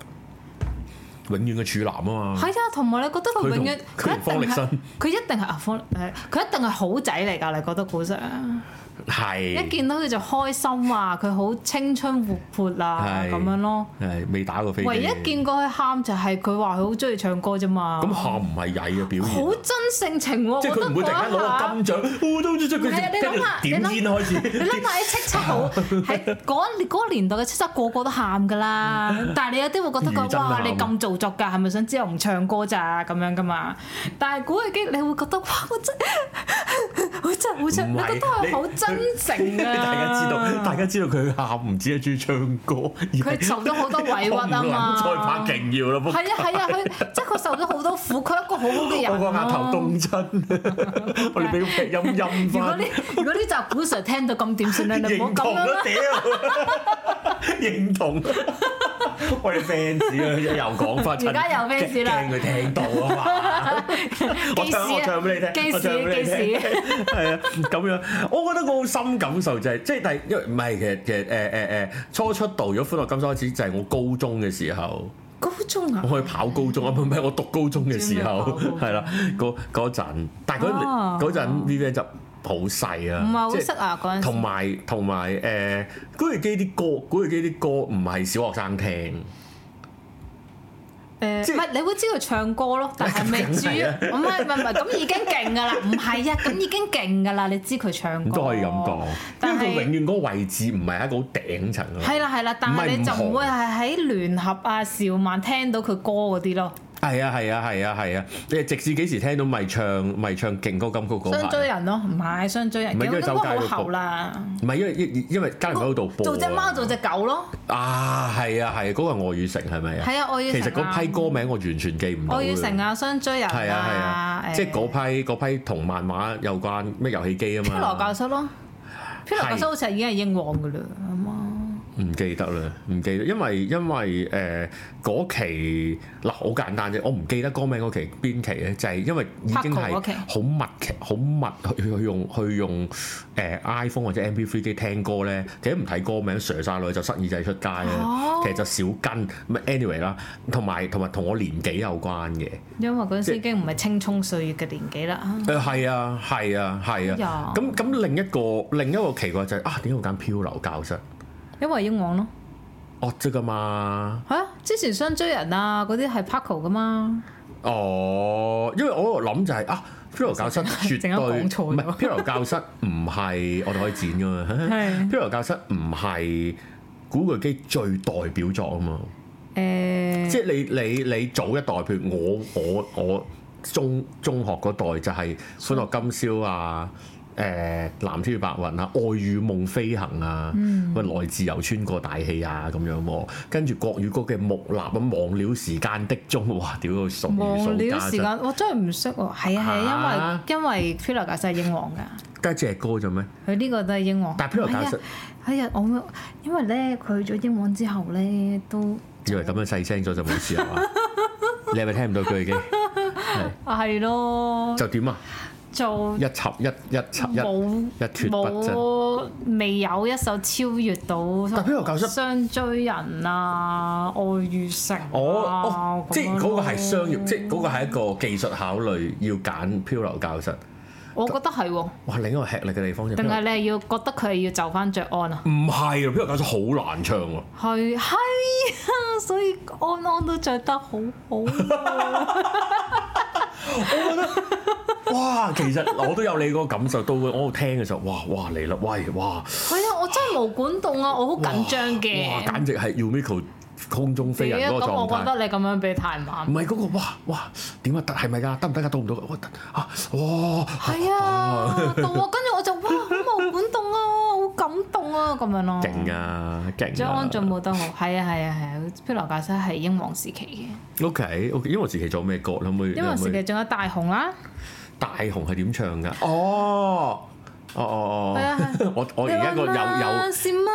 S1: 永遠嘅處男啊嘛。
S2: 啊，同埋你覺得佢永遠
S1: 佢同佢同方力
S2: 一定係
S1: 申
S2: 佢一定係啊方誒，佢一定係好仔嚟㗎。你覺得古 Sir
S1: 嗯係
S2: 一見到佢就開心啊，佢好青春活潑啊
S1: 係
S2: 咁樣咯。
S1: 係未打過飛機。
S2: 唯一見過佢喊就係佢話佢好中意唱歌啫嘛。
S1: 咁喊唔係曳嘅表現，
S2: 好真性情喎，
S1: 即係
S2: 我
S1: 佢
S2: 覺得
S1: 唔會突然間攞
S2: 嗰一下
S1: 個金獎，哦都即係
S2: 係啊
S1: 佢
S2: 你諗下
S1: 跟住點煙開
S2: 你
S1: 始，
S2: 諗下，你叱
S1: *laughs*
S2: 咤
S1: 啊
S2: 好喺嗰一嗰個年代嘅叱咤個個都喊噶啦，
S1: 嗯
S2: 但係你有啲會覺得
S1: 餘
S2: 佢
S1: 震
S2: 哇
S1: 喊
S2: 你咁做作㗎，係咪想知我唔唱歌咋咁樣噶嘛？但係古巨基你會覺得哇我真我真係好想，
S1: 唔
S2: 你
S1: 係
S2: 覺得佢好
S1: 你 *laughs*
S2: 真誠啊！
S1: 大家知道，大家知道佢喊唔止係中意唱歌，而係
S2: 佢受咗好多委屈啊嘛
S1: 我唔撚再拍勁要啦，
S2: 係啊係啊，佢即係佢受咗好多苦，佢一個好好嘅
S1: 我
S2: 人啊
S1: 個額頭
S2: 咯。
S1: 凍親， *laughs* 我哋俾個劈音陰
S2: 如果
S1: 翻
S2: 呢。如果呢集古 Sir 聽到咁點算咧？你唔好
S1: *laughs* 認
S2: 咁
S1: 同
S2: 樣啦
S1: 啦，。屌！
S2: *laughs*
S1: 認同，我哋 fans 啊，又講翻，
S2: 而家有 fans 啦啊
S1: 驚佢聽到啊
S2: *laughs*
S1: 嘛！我
S2: 記事
S1: 唱我唱俾你聽，
S2: 記
S1: 我唱
S2: 事
S1: 俾
S2: 記
S1: 你聽，
S2: 事，
S1: *laughs* 係啊，咁樣，我覺得我好深感受就係、即係但係因為唔係其實其實誒誒誒初出道如果歡樂今宵開始就係我高中嘅時候，
S2: 高中啊！
S1: 我去跑高中啊，唔係唔係我讀高中嘅時候
S2: 專門跑高中
S1: 係啦，嗰嗰陣，但係
S2: 哦
S1: 嗰嗰陣 Vivian 就好細啊，
S2: 唔係好
S1: 即係
S2: 識啊嗰陣時
S1: 同埋同埋誒古巨基啲歌，古巨基啲歌唔係小學生聽，
S2: 誒
S1: 即
S2: 呃
S1: 係
S2: 唔係，你會知道唱歌咯，但係未至於，
S1: 啊
S2: 唔係唔係唔係，咁已經勁㗎啦，唔係啊，咁已經勁㗎啦，你知佢唱歌
S1: 咁都可以咁講，
S2: 哦但
S1: 因
S2: 係
S1: 為佢永遠嗰個位置唔係一個好頂層啊咯。
S2: 係啦係啦，但
S1: 唔係
S2: 係
S1: 唔
S2: 你就唔會
S1: 紅
S2: 係喺聯合啊、邵曼聽到佢歌嗰啲咯，
S1: 係啊係啊係啊係啊！你直至幾時聽到咪唱咪唱勁歌金曲嗰
S2: 雙追
S1: 排？啊
S2: 人咯，唔係雙追人，
S1: 唔係因為
S2: 咁
S1: 周街
S2: 嗰
S1: 都
S2: 個好後啦，
S1: 唔係因為因因為嘉玲喺度播啊
S2: 做只貓做只狗咯，
S1: 啊，係啊係啊，嗰個係愛與誠係咪啊？
S2: 係啊，我要
S1: 其實
S2: 成
S1: 嗰
S2: 啊
S1: 批歌名我完全記唔到。
S2: 我要成啊，雙追人
S1: 係啊係啊，即係嗰
S2: 誒
S1: 批嗰批同漫畫有關咩遊戲機啊
S2: 飄羅
S1: 嘛，
S2: 教室咯，飄羅教室好似係已經係英皇㗎啦，咁啊
S1: 唔記得啦，唔記得，因為因為誒嗰、期嗱好簡單啫，我唔記得歌名嗰期邊期咧，就係、因為已經
S2: Paco 嗰期
S1: 係好密劇好密去去用去用誒、iPhone 或者 MP3 機聽歌咧，其實唔睇歌名 s 晒落去就失耳仔出街啦，
S2: 哦
S1: 其實就少跟咁 anyway 啦，同埋同埋同我年紀有關嘅，
S2: 因為嗰陣
S1: 即
S2: 時已經唔係青葱歲月嘅年紀啦。啊
S1: 誒係啊係啊係啊，
S2: 哎
S1: 咁咁另一個另一個奇怪就係、啊點解會揀漂流教室？
S2: 因為英皇咯，
S1: 惡啫噶嘛。
S2: 係啊，之前雙追人啊嗰啲係 Paco 噶嘛，
S1: 哦，因為我喺度諗就係、啊。漂流教
S2: *laughs*
S1: 室絕
S2: 陣
S1: 對
S2: 間講
S1: 唔
S2: 錯咗
S1: 係漂流教室唔係我哋可以剪噶嘛？
S2: *laughs* 係
S1: 漂流教室唔係古巨基最代表作啊嘛！即係
S2: 誒
S1: 你你你早一代，譬如我我我中中學嗰代就係歡樂今宵啊。誒、藍天與白雲啊，愛與夢飛行啊，
S2: 嗯
S1: 喂、來自由穿過大氣啊咁樣喎、跟住國語歌嘅木立啊，忘了時間的鐘，哇！屌個數
S2: 忘了時
S1: 數家
S2: 間，我真係唔識喎，係啊係啊
S1: 嚇，
S2: 因為因為 Pillar 教室係英皇
S1: 珍
S2: 㗎，
S1: 得一隻歌啫咩？
S2: 佢呢個都係英皇。哎
S1: 但 Pillar 教室
S2: 係啊，我因為咧佢去咗英皇之後咧都
S1: 以為咁樣細聲咗就冇事啊啦嘛？你係咪聽唔到佢已經？係
S2: 啊係咯，
S1: 就點啊？
S2: 做
S1: 一插一一插一
S2: 冇
S1: 一脫不真。
S2: 冇未有一首超越到。
S1: 但 Pillar 教室
S2: 雙追人啊，愛與誠啊
S1: 我哦，即係
S2: 咁樣
S1: 嗰個係
S2: 咯
S1: 商業，即係嗰個係一個技術考慮，要揀漂流教室。
S2: 我覺得係喎，
S1: 哇，另一個吃力嘅地方就係
S2: 定
S1: 漂
S2: 係
S1: 流
S2: 你係要覺得佢係要就翻着安啊？
S1: 唔係啊，漂流教室好難唱
S2: *laughs*
S1: 喎。
S2: 係係啊，所以安安都着得好好。啊
S1: *laughs* 哇，其實我都有你嗰個感受，到我聽嘅時候，哇哇嚟啦，喂哇，
S2: 係啊，我真係冇管動啊，我好緊張
S1: 哇，
S2: 嘅。啊
S1: 簡直係 Umiko 空中飛人嗰個
S2: 咁我
S1: 狀
S2: 覺
S1: 態。嗯
S2: 得你咁樣俾太
S1: 唔
S2: 猛。
S1: 係嗰個哇哇點啊得係咪㗎得唔得㗎到唔到㗎哇得啊哇 *laughs*
S2: 係啊，到我跟住我就哇好冇管動啊，好感動啊咁樣咯。
S1: 勁！啊勁
S2: 張
S1: 啊
S2: 安進步得好，係啊係啊係啊，漂流教室係英皇時
S1: *laughs*
S2: 期
S1: OK OK 因為時期做咩歌可唔可以
S2: 嘅，英皇
S1: 可唔
S2: 時
S1: 可以
S2: 期仲有大雄啦。
S1: 大雄係點唱㗎？哦，哦哦
S2: 係啊
S1: 哦， *laughs* 我我而家個有有
S2: 是嗎？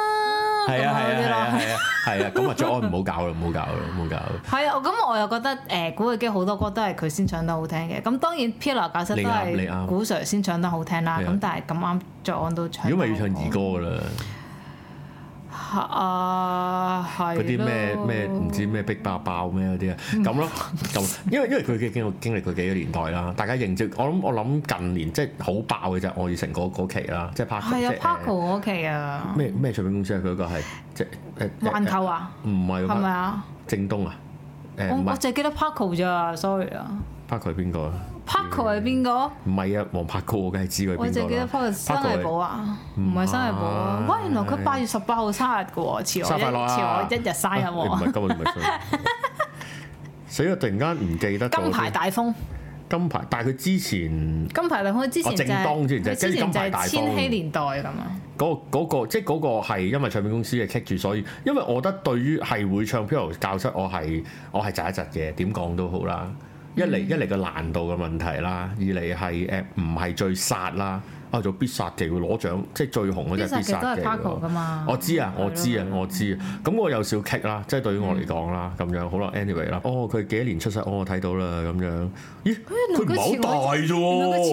S1: 係啊係啊係啊
S2: 係
S1: 係啊係啊，咁啊卓安唔好搞啦，唔好搞啦，唔好搞啦。
S2: 係啊，咁我又覺得誒、古巨基好多歌都係佢先唱得好聽嘅，咁當然 Pillar 教室都
S1: 你啱你
S2: 係
S1: 啱
S2: 古 Sir 先唱得好聽啦，
S1: 係啊
S2: 咁但係咁啱作案都唱得好。
S1: 如果唔係要唱兒歌㗎啦，
S2: 歌啊，係
S1: 嗰啲咩
S2: 咯嗯
S1: 咩唔知咩逼爆爆咩嗰啲啊，咁咯咁，因為因為佢嘅經經歷佢幾個年代啦，大家認識我諗我諗近年即係好爆嘅就係愛與誠嗰嗰期啦，即係 Paco
S2: 係
S1: 即
S2: 啊
S1: 係誒
S2: ，Paco 嗰期啊，
S1: 咩咩唱片公司啊，佢嗰個係即係誒誒
S2: 環球啊，
S1: 唔係
S2: 係咪
S1: 啊，
S2: 啊？
S1: 正東啊，誒
S2: 我
S1: 唔
S2: 我
S1: 係
S2: 淨係記得 Paco 咋，sorry 啊
S1: Paco 係邊個啊？
S2: ，Paco 係邊個？
S1: 唔係啊，黃柏高我梗係知佢
S2: 我淨
S1: 邊
S2: 係記
S1: 個
S2: 得
S1: 啦。
S2: Paco 生日寶啊，唔係生日寶啊，
S1: 唔係
S2: 哇！原來佢八月十八號生日嘅喎，遲
S1: 生
S2: 我
S1: 日快樂啊
S2: 一遲我一日生日
S1: 啊你唔係
S2: 喎，
S1: 今日唔係生日
S2: *laughs*
S1: 死啦！突然間唔記得咗
S2: 金牌
S1: 添
S2: 大風。
S1: 金牌，但係佢之前
S2: 金牌大風之前
S1: 哦
S2: 就
S1: 正
S2: 係、
S1: 當之前就係
S2: 佢之
S1: 跟
S2: 前就
S1: 住金牌大
S2: 係
S1: 風
S2: 千禧年代咁啊，
S1: 嗰、嗰個即係嗰個係因為唱片公司嘅棘住，所以因為我覺得對於係會唱 p i 教室，我係我係窒一窒嘅，點講都好啦。一嚟
S2: 嗯
S1: 一嚟個難度嘅問題啦，二嚟係誒唔係最殺啦，啊做必殺技會攞獎，即係最紅嗰
S2: 必
S1: 隻
S2: 殺
S1: 必
S2: 技都
S1: 殺技
S2: 係 Paco
S1: 喎
S2: 噶。嘛。
S1: 我知啊，
S2: 係咯
S1: 我知啊，我知啊。咁我有少棘啦，即係對於我嚟講啦，
S2: 嗯
S1: 咁樣好啦，anyway 啦。哦，佢幾多年出世？哦，我睇到啦，咁樣。
S2: 哎
S1: 咦，佢唔係好大啫
S2: 原來佢遲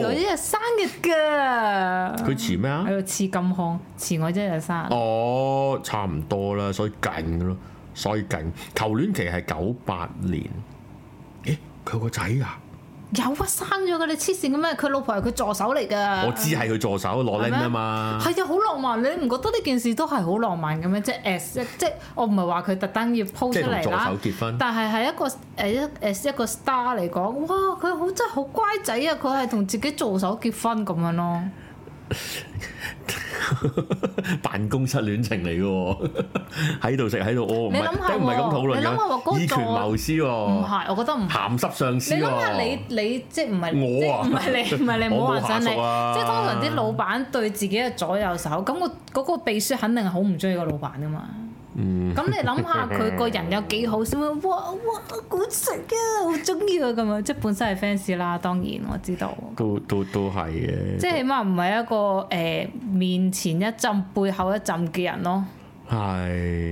S2: 我一
S1: 喎。
S2: 日生日㗎。
S1: 哦佢遲咩啊
S2: 喺？度似金康，遲我一日生日。
S1: 哦，差唔多啦，所以勁咯，所以勁。求戀期係九八年。咦，佢有個仔啊？
S2: 有啊，生咗㗎你黐線嘅咩？佢老婆係佢助手嚟㗎。
S1: 我知啊係佢助手攞
S2: 係
S1: link
S2: 咩
S1: 啊嘛。
S2: *laughs* 係啊，好浪漫！你唔覺得呢件事都係好浪漫嘅咩？即係 as 即係我唔係話佢特登要 po
S1: 即係同助
S2: 出嚟啦
S1: 手，結婚，
S2: 但係係一個誒一 as 一個 star 嚟講，哇！佢好真係好乖仔啊！佢係同自己助手結婚咁樣咯。
S1: 辦公室戀情嚟嘅喎，喺度食喺度哦屙，唔
S2: 你諗下
S1: 係都唔係咁
S2: 喎
S1: 討論
S2: 你諗下喎嗰
S1: 㗎，
S2: 個
S1: 以權謀私
S2: 唔
S1: 喎，
S2: 係，我覺得唔係。
S1: 鹹濕上司
S2: 你諗下
S1: 喎
S2: 你。你即係唔係
S1: 啊我啊
S2: 即係
S1: *laughs*
S2: 唔係你唔係你唔好
S1: 我冇
S2: 幻想你，
S1: 下屬啊
S2: 即係通常啲老闆對自己嘅左右手，咁個嗰個秘書肯定係好唔中意個老闆噶嘛。
S1: 嗯
S2: 咁你諗下佢個人有幾好先會，哇哇好食啊，好中意佢咁樣，即係本身係 fans 啦，當然我知道。
S1: 都都都係嘅，
S2: 即係起碼唔係一個誒、呃面前一浸背後一浸嘅人咯，
S1: 係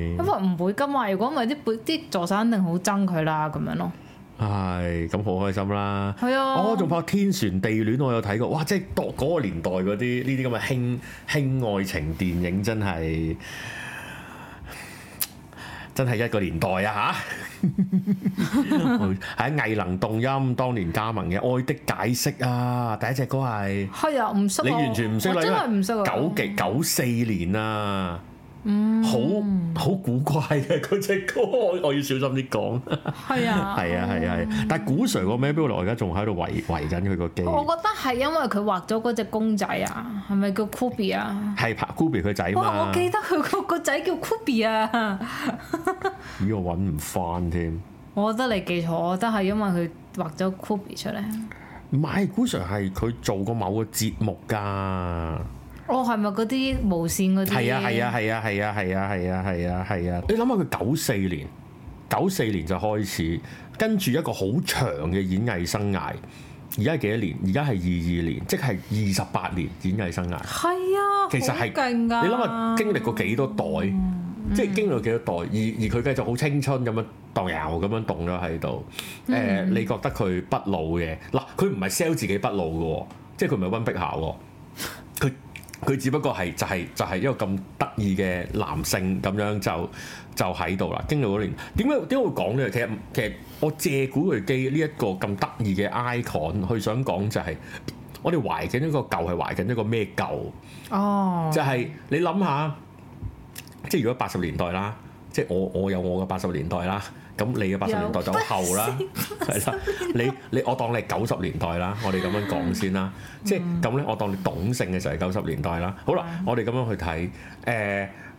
S2: 因
S1: 嗯
S2: 為唔會噶嘛。如果唔係啲背啲助手肯定好憎佢啦咁樣咯。
S1: 係咁好開心啦！
S2: 係啊，
S1: 我仲拍《天旋地戀》，我有睇過，哇！即係度嗰個年代嗰啲呢啲咁嘅輕輕愛情電影，真係真係一個年代啊
S2: *laughs*
S1: 吓，喺藝能動音當年加盟嘅《愛的解釋》啊，第一隻歌係
S2: 係啊，唔識
S1: 你
S2: 啊
S1: 完全唔識
S2: 我
S1: 啦，
S2: 真係唔識啊。嗯
S1: 九幾九四年啊，好好古怪嘅嗰隻歌，我我要小心啲講。
S2: 係啊，
S1: *laughs* 係啊係啊係啊，但係古 Sir 個 mail 我而家仲喺度圍圍緊佢個機，
S2: 我覺得係因為佢畫咗嗰只公仔啊，係咪叫 Kobe 啊？
S1: 係拍 Gubi 佢仔
S2: 哇！哦我
S1: 嘛，
S2: 記得佢個個仔叫 Kobe 啊，
S1: 咦我揾唔翻添，
S2: 我覺得你記錯，我覺得係因為佢畫咗 Kobe 出嚟。
S1: 唔係古 Sir 係佢做過某個節目㗎，係啊
S2: 哦，係咪嗰啲無線嗰啲？
S1: 係啊係啊係啊係啊係啊係啊係啊，你諗下佢九四年。九四年就開始，跟住一個好長嘅演藝生涯。而家係幾多年？而家係二二年，即係二十八年演藝生涯。
S2: 係啊，
S1: 其實係
S2: 好勁㗎。嗯
S1: 你諗下經歷過幾多代，即係經歷過幾多代，而而佢繼續好青春咁樣蕩遊咁樣動咗喺度。誒、
S2: 嗯
S1: 你覺得佢不老嘅嗱？佢唔係 sell 自己不老嘅喎，即係佢唔係温碧霞喎，佢。佢只不過係就係、就係、一個咁得意嘅男性咁樣就就喺度啦，經歷嗰年點解點解會講呢？其實其實我借古巨基呢一個咁得意嘅 icon 去想講就係、我哋懷緊一個舊係懷緊一個咩舊？
S2: 哦，
S1: 就係你諗下，即係如果八十年代啦，即係我我有我嘅八十年代啦，咁你嘅八十年代就好後啦，係啦，你你我當你係九十年代啦，我哋咁樣講先啦，
S2: 嗯
S1: 即係咁咧，我當你懂性嘅時候係九十年代啦。好啦，我哋咁樣去睇，誒、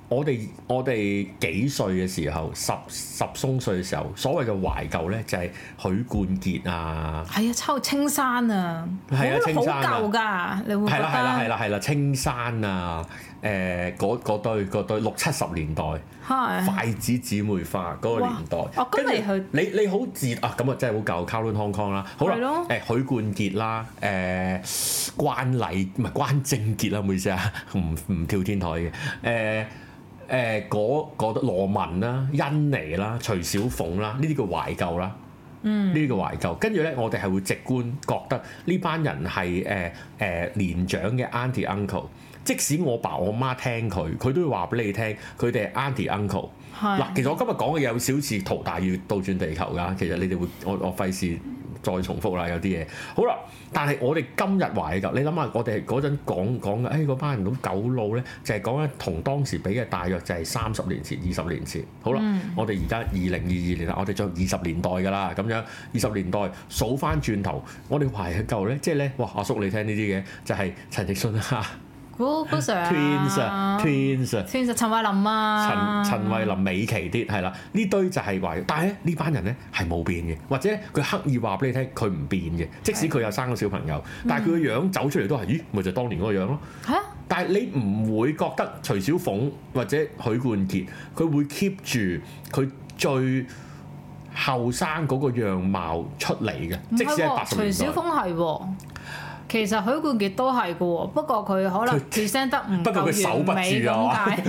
S1: 我哋我哋幾歲嘅時候，十十鬆歲嘅時候，所謂嘅懷舊咧，就係、許冠傑啊。
S2: 係啊，抽青山啊，好
S1: 係啊青山啊
S2: 好舊㗎，你會覺
S1: 係
S2: 得
S1: 啦係啦係啦係啦，青山啊，誒嗰嗰對嗰對六七十年代
S2: 係
S1: 筷子姊妹花嗰個年代
S2: 哇哦，咁
S1: 跟
S2: 你
S1: 住
S2: 去
S1: 你你好自啊，咁啊真係好舊 c a r o n Hong Kong 啦，好
S2: 係
S1: 啦
S2: 咯，
S1: 誒許冠傑啦，誒關禮唔係關正傑啦，唔好意思啊， *laughs* 唔唔跳天台嘅誒。誒嗰嗰羅文啦、甄妮啦、徐小鳳啦，呢啲叫懷舊啦。
S2: 嗯
S1: 呢個懷舊，跟住咧，我哋係會直觀覺得呢班人係誒誒年長嘅 auntie uncle，即使我爸我媽聽佢，佢都會話俾你聽，佢哋係 auntie uncle。
S2: 係
S1: 嗱，其實我今日講嘅有少似陶大宇倒轉地球㗎，其實你哋會我我費事再重複啦，有啲嘢。好啦，但係我哋今日懷舊，你諗下，我哋嗰陣講講嘅，誒、哎嗰班人好狗路咧，就係講緊同當時比嘅大約就係三十年前、二十年前。好啦，我哋而家二零二二年啦，我哋仲有二十年代㗎啦，咁樣二十年代數翻轉頭，我哋懷舊咧，即係咧，哇！阿叔你聽呢啲嘅就係、陳奕迅啊
S2: 古古 Sir 啊
S1: ，Twins 啊，Twins 啊。
S2: Twins 啊陳慧琳啊，
S1: 陳陳慧琳美琪啲係啦，呢堆就係話，但係咧呢班人咧係冇變嘅，或者咧佢刻意話俾你聽佢唔變嘅，即使佢有生咗小朋友，
S2: 嗯
S1: 但係佢個樣走出嚟都係，咦，咪就係當年嗰個樣咯。
S2: 係啊，
S1: 但係你唔會覺得徐小鳳或者許冠傑，佢會 keep 住佢最後生嗰個樣貌出嚟嘅，
S2: 唔
S1: 即
S2: 係
S1: 使係八
S2: 喎，
S1: 十
S2: 徐
S1: 年
S2: 小
S1: 代。
S2: 鳳係喎。其實許冠傑都係嘅喎，不過佢可
S1: 佢
S2: 能 present 得唔
S1: 不過佢
S2: 夠
S1: 守
S2: 完
S1: 不
S2: 美
S1: 住
S2: 咁
S1: 啊 *laughs*
S2: 解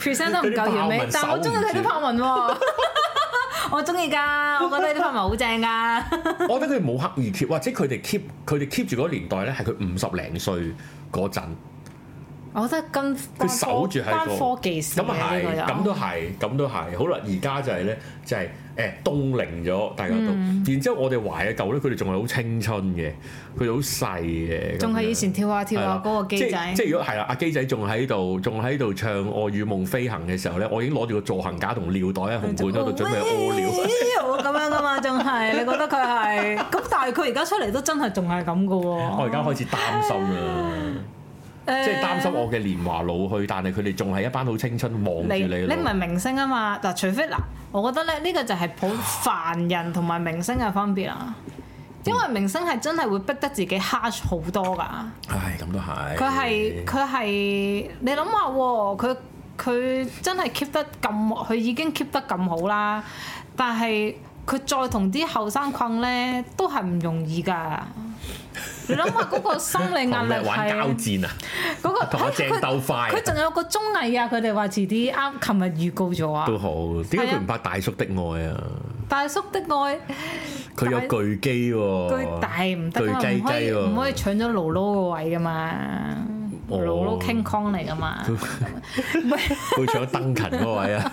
S2: ，present 得唔夠完美
S1: 佢啲豹紋。
S2: 但我中意佢
S1: 守唔
S2: 啲
S1: 住
S2: 豹紋
S1: *laughs*
S2: 喎，我中意㗎，我覺得佢啲豹紋好正㗎。
S1: 我覺得佢冇刻意 keep，或者佢哋 keep 佢哋 keep 住嗰個年代咧，係佢五十零歲嗰陣。
S2: 我覺得跟
S1: 佢守住喺
S2: 關科
S1: 度
S2: 關科技事
S1: 咁
S2: 嘅
S1: 啊係，
S2: 呢
S1: 咁
S2: 個
S1: 都
S2: 又
S1: 係，咁都係。好啦，而家就係咧，就係誒冬令咗，大家都。
S2: 嗯
S1: 然之後我哋懷嘅舊咧，佢哋仲係好青春嘅，佢哋好細嘅。咁
S2: 仲係
S1: 樣
S2: 以前跳下跳
S1: 係
S2: 下
S1: 啦
S2: 嗰個機
S1: 即係
S2: 仔
S1: 即，係如果係啦，阿機仔仲喺度，仲喺度唱《我與夢飛行》嘅時候咧，我已經攞住個助行架同尿袋喺紅館
S2: *laughs*
S1: 嗰度準備屙尿。
S2: 尿咁樣噶嘛，仲係你覺得佢係咁，但係佢而家出嚟都真係仲係咁噶
S1: *laughs* 我而
S2: 喎。
S1: 家開始擔心啦，
S2: *laughs*
S1: 即係擔心我嘅年華老去，但係佢哋仲係一班好青春望住
S2: 你
S1: 你
S2: 你
S1: 咯。
S2: 唔係明星啊嘛？嗱，除非嗱，我覺得咧呢個就係普凡人同埋明星嘅分別啦。因為明星係真係會逼得自己 harsh 好多㗎，
S1: 唉，咁都係。
S2: 佢係佢係你諗下喎，佢佢真係 keep 得咁，佢已經 keep 得咁好啦。但係佢再同啲後生困咧，都係唔容易㗎。你諗下嗰個心理壓
S1: *laughs* 同
S2: 力
S1: 咩玩交
S2: 係
S1: 戰啊？
S2: 嗰個
S1: *laughs* 同阿鄭
S2: 佢
S1: 鬥快
S2: 佢仲有個綜藝啊！佢哋話遲啲啱，琴日預告咗啊！
S1: 都好，點
S2: 係
S1: 解
S2: 啊
S1: 佢唔拍《大叔的愛》啊？
S2: 大叔的愛
S1: 哦佢有巨基喎，
S2: 佢大唔得啊，
S1: 巨
S2: 唔
S1: 雞
S2: 可以
S1: 雞喎，
S2: 唔可以搶咗露露個位噶嘛？
S1: 哦
S2: 露露 King Kong 嚟噶嘛？ *laughs* 唔係
S1: 佢搶登勤嗰位啊？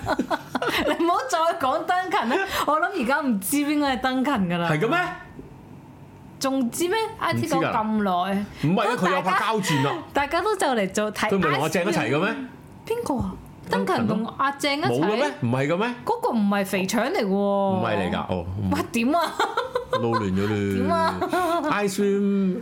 S2: 你唔好再講登勤啦！我諗而家唔知邊個係登勤噶啦
S1: 係，嘅咩？
S2: 仲知咩？I
S1: 唔
S2: T
S1: 知
S2: 講
S1: 㗎
S2: 咁耐，
S1: 唔係啊，佢有
S2: 大
S1: 拍
S2: 家
S1: 交戰啊，
S2: 大家都就嚟做睇。
S1: 佢唔係同阿鄭一齊嘅咩？
S2: 邊個啊？登勤同阿鄭一
S1: 冇嘅咩
S2: 齊？？
S1: 唔係嘅咩？
S2: 嗰個唔係肥腸嚟喎，唔
S1: 唔係嚟㗎，。哦，
S2: 哇點啊？
S1: 撈亂咗
S2: 點
S1: 啦！Ice cream，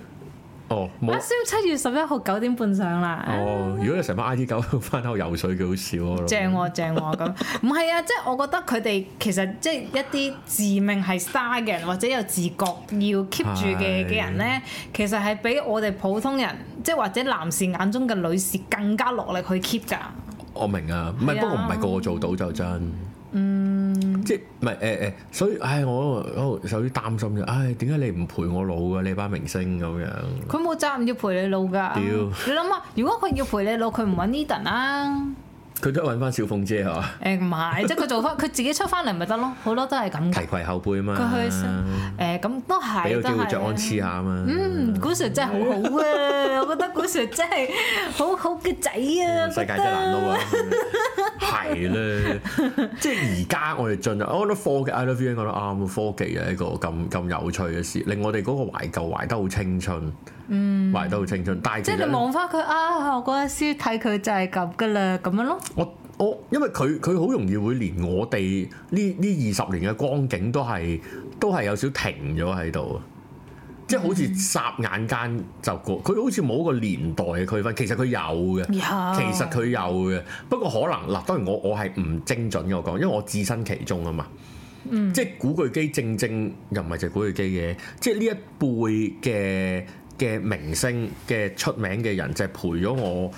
S1: 哦
S2: 阿
S1: 冇
S2: 蕭七月十一號九點半上啦。
S1: 哦，如果你成班 I T *laughs* 狗翻去游水，幾好笑咯。
S2: 正喎正喎咁，唔係啊！即係我覺得佢哋其實即係一啲自命係 star 嘅人，或者有自覺要 keep 住嘅
S1: 係
S2: 嘅人咧，其實係比我哋普通人，即係或者男士眼中嘅女士更加落力去 keep 㗎。
S1: 我明啊，唔係
S2: 係啊
S1: 不過唔係個個做到就真。嗯，即係唔係誒誒，所以唉，我我有啲擔心啫。啊唉，點解你唔陪我老㗎？你班明星咁樣，
S2: 佢冇責任要陪你老㗎。
S1: 屌
S2: 你諗下，如果佢要陪你老，佢唔揾 Eden 啦。
S1: 佢都係揾翻小鳳姐係嘛？
S2: 誒唔係，即係佢做翻，佢自己出翻嚟咪得咯。好多都係咁
S1: 提
S2: 㗎。
S1: 攜後輩嘛，
S2: 佢去誒咁都
S1: 俾
S2: 係，
S1: 個
S2: 都
S1: 機會
S2: 係
S1: 着安黐下嘛。
S2: 嗯，古 Sir 真係好好啊！我覺得古 Sir 真係好好嘅仔啊！
S1: 嗯世界真係難撈啊！係咧，即係而家我哋進入，我覺得科技 I love you 講得啱，科技係一個咁咁有趣嘅事，令我哋嗰個懷舊懷得好青春，嗯，懷得好青春。但係
S2: 即
S1: 其
S2: 係
S1: 實
S2: 你
S1: 呢
S2: 望翻佢啊，我嗰陣時睇佢就係咁噶啦，咁樣咯。
S1: 我我因為佢佢好容易會連我哋呢呢二十年嘅光景都係都係有少停咗喺度啊！即係好似霎眼間就過，佢好似冇一個年代嘅區分，其實佢有嘅。
S2: 有
S1: 其實佢有嘅，不過可能嗱，當然我我係唔精準嘅，我講，因為我置身其中啊嘛。即係古巨基正正又唔係就古巨基嘅，即係呢一輩嘅嘅明星嘅出名嘅人，就係陪咗我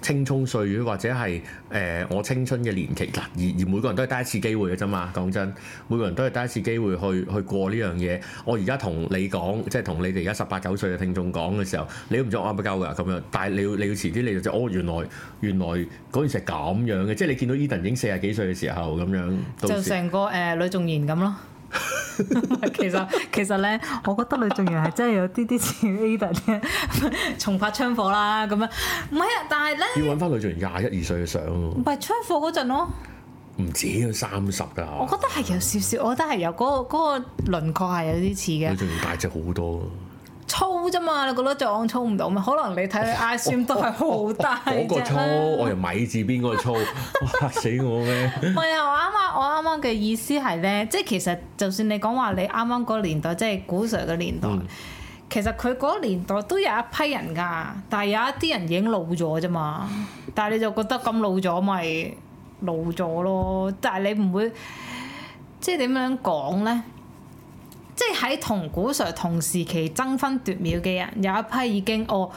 S1: 青葱歲月，或者係誒、呃我青春嘅年期嗱。而而每個人都係第一次機會嘅啫嘛，講真，每個人都係第一次機會去去過呢樣嘢。我而家同你講，即係同你哋而家十八九歲嘅聽眾講嘅時候，你都唔知我啱不鳩㗎咁樣。但係你要你要遲啲你就知哦，原來原來嗰件事係咁樣嘅，即係你見到 Edan 已經四十幾歲嘅時候咁樣，到
S2: 就
S1: 時
S2: 成個誒呂仲賢咁咯。 *laughs* 其實其實咧，我覺得呂仲賢係真係有啲啲似 Ada 嘅， *laughs* 重拍槍火啦咁樣。唔係啊，但係咧，
S1: 要揾翻女做員廿一二歲嘅相喎，
S2: 唔係槍火嗰陣咯。
S1: 唔止佢三十㗎。
S2: 我覺得係有少少，我覺得係有嗰、個嗰、個輪廓係有啲似嘅
S1: 女。做員大隻好多，
S2: 粗啫嘛，你覺得撞粗唔到咩？可能你睇
S1: 哦
S2: 佢 I s 都係啊好大
S1: 嗰個
S2: 隻
S1: 粗，
S2: 啦。
S1: 我又米字邊嗰個
S2: *laughs*
S1: 粗，哇死我咩！
S2: 唔係啊，我啱啱我啱啱嘅意思係咧，即係其實就算你講話你啱啱嗰年代，即係古 Sir 嘅年代，其實佢嗰年代都有一批人㗎，但係有一啲人已經老咗啫嘛。但係你就覺得咁老咗咪老咗咯，但係你唔會即係點樣講咧？即係喺同古 Sir 同時期爭分奪秒嘅人，有一批已經哦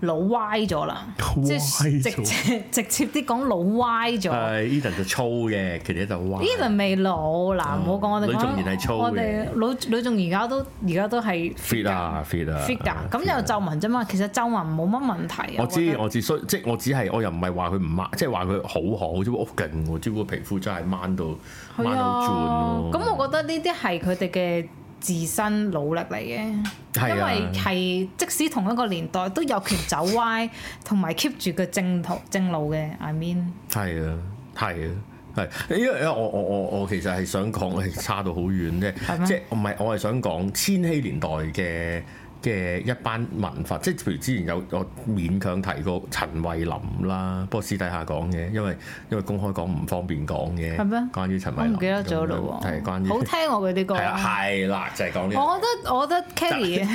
S2: 老歪咗啦，即係
S1: 歪
S2: 直
S1: 咗
S2: 接直接啲講老歪咗。
S1: 誒 Edan 就粗嘅，其實就歪。
S2: Even 未老嗱，唔好講我哋
S1: 哦女
S2: 講，
S1: 仲然係粗嘅
S2: 我哋老女仲而家都而家都係
S1: fit 啊 fit 啊
S2: fit 㗎，咁有皺紋啫嘛，其實皺紋冇乜問題啊。
S1: 我
S2: 覺
S1: 知
S2: 得
S1: 我知，所以即係我只係我又唔係話佢唔抹，即係話佢好好，只不過好勁喎，只不過皮膚真係掹到掹
S2: 係
S1: 到轉
S2: 啊，
S1: 咯。
S2: 咁我覺得呢啲係佢哋嘅自身努力嚟嘅，因
S1: 係啊
S2: 為係即使同一個年代都有權走歪， *laughs* 同埋 keep 住個正途正路嘅。I mean，
S1: 係啊，係啊。係，因為因為我我我我其實係想講，我係差到好遠
S2: 係
S1: 啫，
S2: 咩
S1: 即係唔係我係想講千禧年代嘅嘅一班文化，即係譬如之前有我勉強提過陳慧琳啦，不過私底下講嘅，因為因為公開講唔方便講嘅，
S2: 係咩
S1: 關於陳慧
S2: 我
S1: 琳，
S2: 唔記得咗咯
S1: 係
S2: 喎，
S1: 關於
S2: 好啊哦聽我佢啲歌。
S1: 係啦係啦，就係講呢樣
S2: 我覺得我覺得 Kelly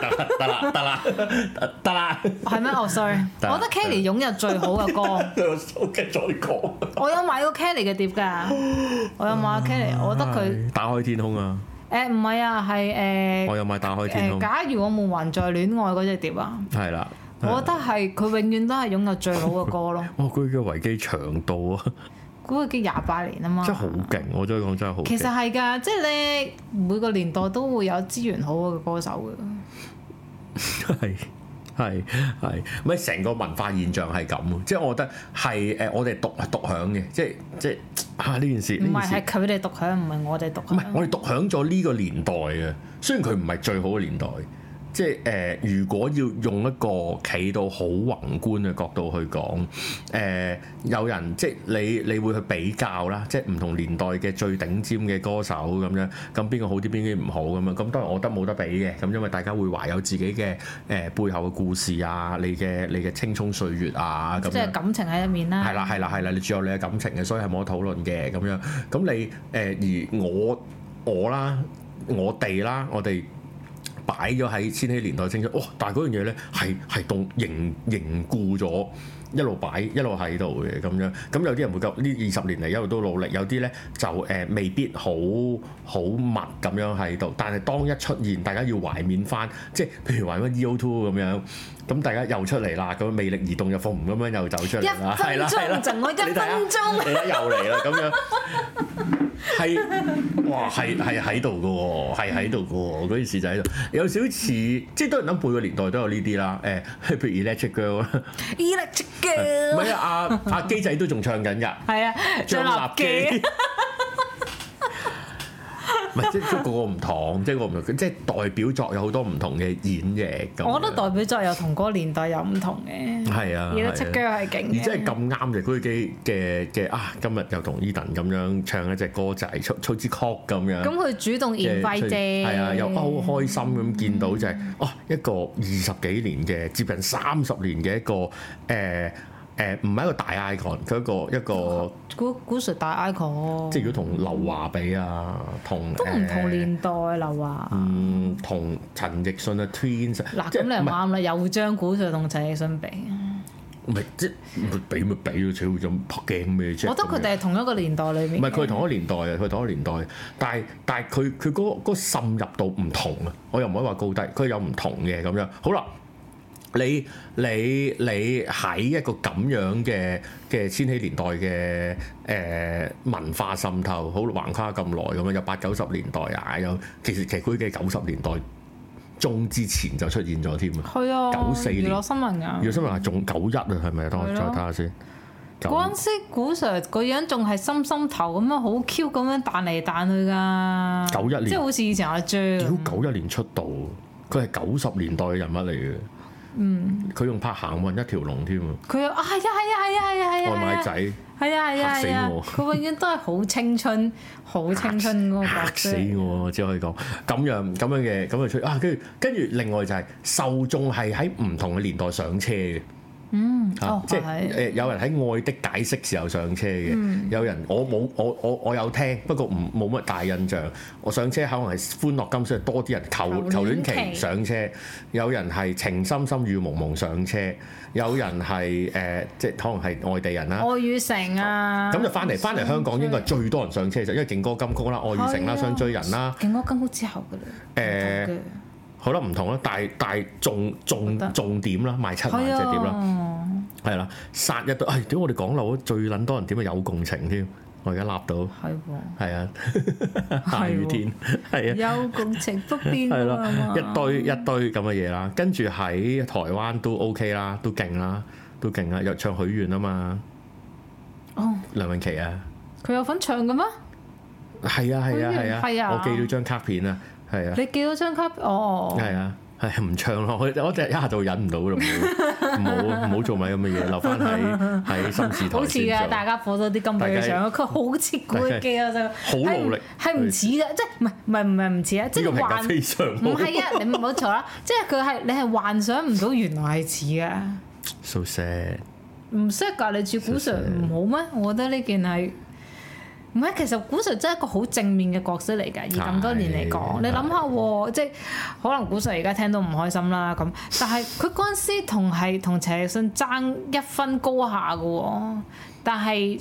S1: 得啦得啦得啦得得啦， *laughs*
S2: 係咩？哦，sorry，
S1: 得啊
S2: 我覺得 Kelly 擁有最好嘅歌。
S1: 我繼續再講。
S2: 我有買過 Kelly 嘅碟㗎，我有買過 Kelly，我覺
S1: 哦
S2: 得佢
S1: 打開天空啊！
S2: 誒唔係啊，係
S1: 我有買打開天
S2: 誒誒，
S1: 空，
S2: 假如我們還在戀愛嗰只碟啊，
S1: 係啦。
S2: 我覺得係佢永遠都係擁有最好嘅歌
S1: *laughs*
S2: 咯。
S1: 哇！哦佢嘅維基長度啊，
S2: 嗰個叫廿八年啊嘛，
S1: 真係好勁！我真係講真係好勁。
S2: 其實係㗎，即係咧每個年代都會有資源好嘅歌手嘅，
S1: 係係係，咪成個文化現象係咁，即係我覺得係誒，我哋獨獨享嘅，即係即係啊呢件事
S2: 唔
S1: 呢
S2: 係
S1: 件
S2: 係
S1: 事，
S2: 佢哋獨享，唔係我哋獨
S1: 唔係
S2: 享。
S1: 我哋獨享咗呢個年代嘅，雖然佢唔係最好嘅年代。即係誒、呃如果要用一個企到好宏觀嘅角度去講，誒、有人即係你，你會去比較啦，即係唔同年代嘅最頂尖嘅歌手咁樣，咁邊個好啲，邊啲唔好咁樣。咁當然我覺得冇得比嘅，咁因為大家會懷有自己嘅誒、背後嘅故事啊，你嘅你嘅青蔥歲月啊咁
S2: 即係
S1: 樣。
S2: 感情喺入面
S1: 係
S2: 啦，
S1: 啦，係啦，係啦，你主有你嘅感情嘅，所以係冇得討論嘅咁樣。咁你誒、而我我啦，我哋啦，我哋擺咗喺千禧年代青春，哇！但係嗰樣嘢咧係係凍凝凝固咗。一路擺一路喺度嘅咁樣，咁有啲人會夠呢二十年嚟一路都努力，有啲咧就誒、呃未必好好密咁樣喺度，但係當一出現，大家要懷緬翻，即係譬如懷乜 E.O. E Two 咁樣，咁大家又出嚟啦，咁魅力移動又逢咁樣又走出
S2: 一
S1: 嚟啦，係
S2: 分
S1: 啦係啦
S2: 鐘，剩我一
S1: 你睇
S2: 分
S1: 下
S2: 鐘。
S1: 你睇又嚟啦咁樣，係哇係係喺度嘅喎，係喺度嘅喎，嗰件事就喺度，有少少似即係當然諗每個年代都有呢啲啦，誒、 *laughs* 譬如 Electric Girl 啦，
S2: Electric
S1: 唔
S2: Girl，
S1: 係啊阿阿基仔都仲唱緊㗎，
S2: 係啊， *laughs* 張立基。。
S1: *laughs* 唔係即係個個唔同，即係個個唔同，即係代表作有好多唔同嘅演繹咁樣。
S2: 我覺得代表作又同嗰個年代又唔同嘅，
S1: 係啊，
S2: 而
S1: 係
S2: 家七
S1: 啊
S2: 腳係勁
S1: 而真係
S2: 嘅。
S1: 咁啱嘅，佢嘅嘅嘅啊，今日又同 Eden 咁樣唱一隻歌仔，出出支曲咁樣。
S2: 咁佢主動
S1: 嘅
S2: invite
S1: 出
S2: 啫，
S1: 啊係啊，又好開心咁見
S2: 嗯
S1: 到就係、哦一個二十幾年嘅接近三十年嘅一個誒誒，唔係一個大 icon，佢一個一個
S2: 古古 Sir 大 icon，
S1: 即係如果同劉華比啊，同
S2: 都唔同。
S1: 誒
S2: 年代啦話。
S1: 嗯，同陳奕迅啊，Twins 啊
S2: 嗱，
S1: 即
S2: 咁
S1: 係
S2: 你又
S1: 唔係
S2: 啱啦，又將古 Sir 同陳奕迅比，
S1: 唔係即係比咪比咯，超咁拍鏡咩啫？
S2: 我覺得佢哋係同一個年代裏面。
S1: 啊唔係佢係同一個年代啊，佢係同一個年代，但係但係佢佢嗰個嗰滲入到唔同啊，我又唔可以話高低，佢有唔同嘅咁樣。好啦，你你你喺一個咁樣嘅嘅千禧年代嘅誒、呃文化滲透，好橫跨咁耐咁樣，有八九十年代啊，有其實其實佢嘅九十年代中之前就出現咗添啊。
S2: 係啊，
S1: 94年
S2: 娛樂新聞啊
S1: 要。新聞係仲九一啊，係咪？等我
S2: 係
S1: 再
S2: 咯
S1: 睇下先。九
S2: 嗰陣時，古 Sir 個樣仲係深深頭咁樣，好 Q 咁樣彈嚟彈去㗎。
S1: 91年
S2: 即係好似以前阿 J 啊
S1: 屌九一年出道，佢係九十年代嘅人物嚟嘅。嗯，佢仲拍行運一條龍添啊！
S2: 佢又啊係啊係啊係啊係啊係啊！
S1: 外賣仔
S2: 係啊係啊
S1: 嚇死
S2: 係啊
S1: 我！
S2: 佢永遠都係好青春、好青春嗰個
S1: 嚇
S2: 角色。
S1: 死我，我只可以講咁樣咁樣嘅咁樣出啊！跟住跟住，另外就係受眾係喺唔同嘅年代上車嘅。
S2: 嗯，
S1: 嚇
S2: 哦，
S1: 即係
S2: 係嗯
S1: 誒有人喺愛的解釋時候上車嘅，有人我冇我我我有聽，不過唔冇乜大印象。我上車可能係歡樂今宵多啲人求
S2: 求
S1: 求戀
S2: 戀期
S1: 期上車，有人係情深深雨濛濛上車，有人係誒、呃即係可能係外地人啦。
S2: 愛與誠啊！
S1: 咁就翻嚟翻嚟香港應該係最多人上車就因為勁歌金曲啦、愛與誠
S2: 係啊
S1: 啦、雙追人啦，
S2: 勁歌金曲之後㗎啦。
S1: 誒好啦唔同啦，但係但係重
S2: 覺得
S1: 重重點啦，賣七萬
S2: 係
S1: 隻碟啦。
S2: 啊，
S1: 係啦，殺一對，唉、屌我哋講漏咗最撚多人點啊有共情添，我而家立到，
S2: 係喎，
S1: 係啊，下雨天，係啊，
S2: 有共情不
S1: *laughs*
S2: 變
S1: 係
S2: 啊嘛
S1: 啦，一堆一堆咁嘅嘢啦，跟住喺台灣都 OK 啦，都勁啦，都勁啦，又唱許願啊嘛，
S2: 哦，
S1: 梁詠琪啊，
S2: 佢有份唱嘅咩？
S1: 係啊係啊
S2: 許願
S1: 係啊，
S2: 係啊
S1: 我寄咗張卡片啊，係啊，
S2: 你寄咗張卡，哦，
S1: 係啊。係唔唱咯，我我一下就忍唔到啦，唔好唔好唔好做埋咁嘅嘢，留翻喺
S2: *laughs*
S1: 喺心事
S2: 好
S1: 台
S2: 似
S1: 先
S2: 嘅，大
S1: 做。
S2: 家火咗啲金俾佢上，佢好似古巨基啊，就
S1: 好努力
S2: 係唔係唔似嘅，即係唔係唔係唔係唔似啊，即
S1: 呢個評
S2: 係幻
S1: 價非常
S2: 唔
S1: 好
S2: 係啊，你唔好嘈啦，即係佢係你係幻想唔到原來係似嘅，
S1: ，so sad。
S2: 唔識㗎，你似古 Sir 唔好咩？我覺得呢件係。唔係，其實古 Sir 真係一個好正面嘅角色嚟㗎，以咁多年嚟講，
S1: 係
S2: 你諗下喎，即係可能古 Sir 而家聽到唔開心啦咁，但係佢嗰陣時同係同陳奕迅爭一分高下嘅喎，但係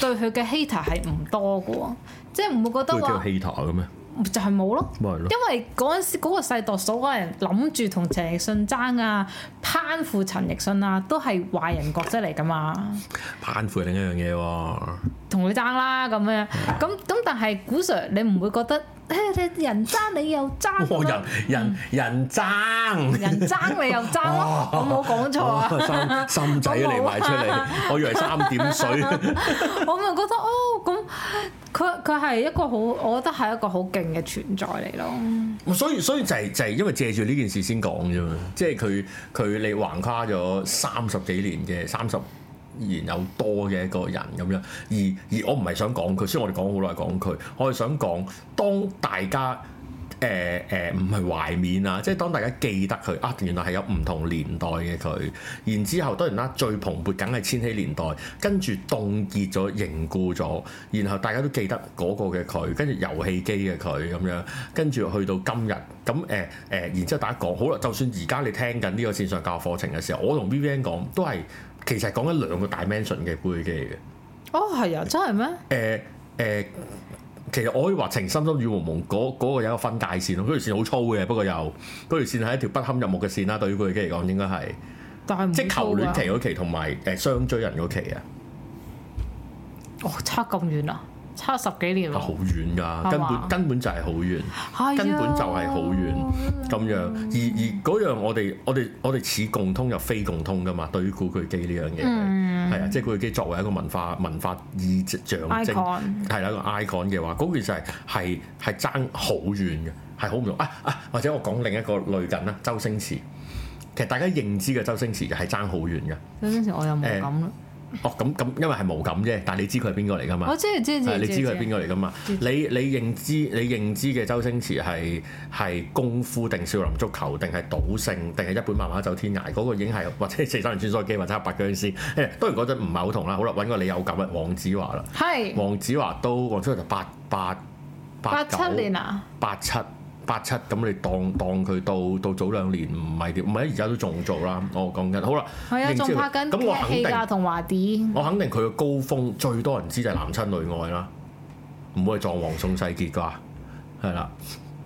S2: 對佢嘅 hater 係唔多嘅喎，即係唔會覺
S1: 都
S2: 得
S1: 叫
S2: 話
S1: 戲台嘅咩？
S2: 就係冇咯。
S1: 咪係咯，
S2: 因為嗰陣時嗰個世代所有人諗住同陳奕迅爭啊、攀附陳奕迅啊，都係壞人角色嚟噶嘛，
S1: 攀附係另一樣嘢喎。
S2: 同佢爭啦咁樣。咁咁但係古 Sir 你唔會覺得， *laughs* 唉你人爭你又爭咁
S1: 哇！
S2: 樣，
S1: 哦人人人爭，
S2: 嗯人爭你又爭
S1: 哦
S2: 咯，我冇講錯啊。
S1: 哇心心仔嚟埋出嚟，我以為三點水。
S2: 我咪覺得哦，咁佢佢係一個好，我覺得係一個好勁嘅存在嚟咯。
S1: 所以所以就係、就係、因為借住呢件事先講啫嘛，即係佢佢你橫跨咗三十幾年嘅三十年有多嘅一個人咁樣，而而我唔係想講佢，雖然我哋講好耐講佢，我係想講當大家。誒誒唔係懷緬啊，即係當大家記得佢啊，原來係有唔同年代嘅佢，然之後當然啦，最蓬勃梗係千禧年代，跟住凍結咗、凝固咗，然後大家都記得嗰個嘅佢，跟住遊戲機嘅佢咁樣，跟住去到今日，咁誒誒，然之後大家講好啦，就算而家你聽緊呢個線上教育課程嘅時候，我同 Vivian 講都係其實係講緊兩個 dimension 嘅杯機嘅。
S2: 哦，係啊，真係咩？
S1: 誒誒、其實我可以話情深深雨濛濛嗰嗰個有一個分界線咯，嗰條線好粗嘅，不過又嗰條線係一條不堪入目嘅線啦。對於佢哋嚟講，應該係
S2: 但係唔啊嗯
S1: 即係求戀期
S2: 錯㗎
S1: 嗰期同埋誒雙追人嗰期啊，
S2: 哦，差咁遠啊，差十幾年
S1: 啊
S2: 喎
S1: 好。遠㗎，
S2: 嘛
S1: 根本根本就係好遠，
S2: 係啊
S1: 根本就係好遠咁樣。而而嗰樣我哋我哋我哋似共通又非共通㗎嘛。對於古巨基呢樣嘢
S2: 嗯
S1: 係係啊，即係古巨基作為一個文化文化意象徵。
S2: icon。
S1: 係啦，一個 icon 嘅話，嗰件事係係係爭好遠嘅，係好唔同啊啊！或者我講另一個類近啦，周星馳。其實大家認知嘅周星馳係爭好遠嘅。
S2: 嗰陣時我又冇咁啦，
S1: 哦，咁咁，因為係無感啫，但係你知佢係邊個嚟㗎嘛
S2: 我？知知知
S1: 係啊你知佢係邊
S2: 個？
S1: 個嚟㗎嘛？
S2: 知
S1: 你你認知你認知嘅周星馳係係功夫定少林足球定係賭聖定係一本漫畫走天涯嗰、個已經係或者係四三人穿梭機或者黑白僵屍。誒，當然嗰陣唔係好同啦。好啦，揾個你有感嘅黃子華啦。
S2: 係
S1: 黃子華都黃子華就八八
S2: 八
S1: 九
S2: 七年啊，
S1: 八七八七咁你當當佢到到早兩年唔係點唔係而家都仲做啦，我講緊好啦，
S2: 係啊，
S1: 認
S2: 仲
S1: 知佢
S2: 拍緊
S1: 咁我
S2: 嘅
S1: 肯
S2: 戲㗎，
S1: 定
S2: 同華 D
S1: 我肯定佢嘅高峰最多人知就係男親女愛啦，唔會係撞黃宋世傑啩，係啦，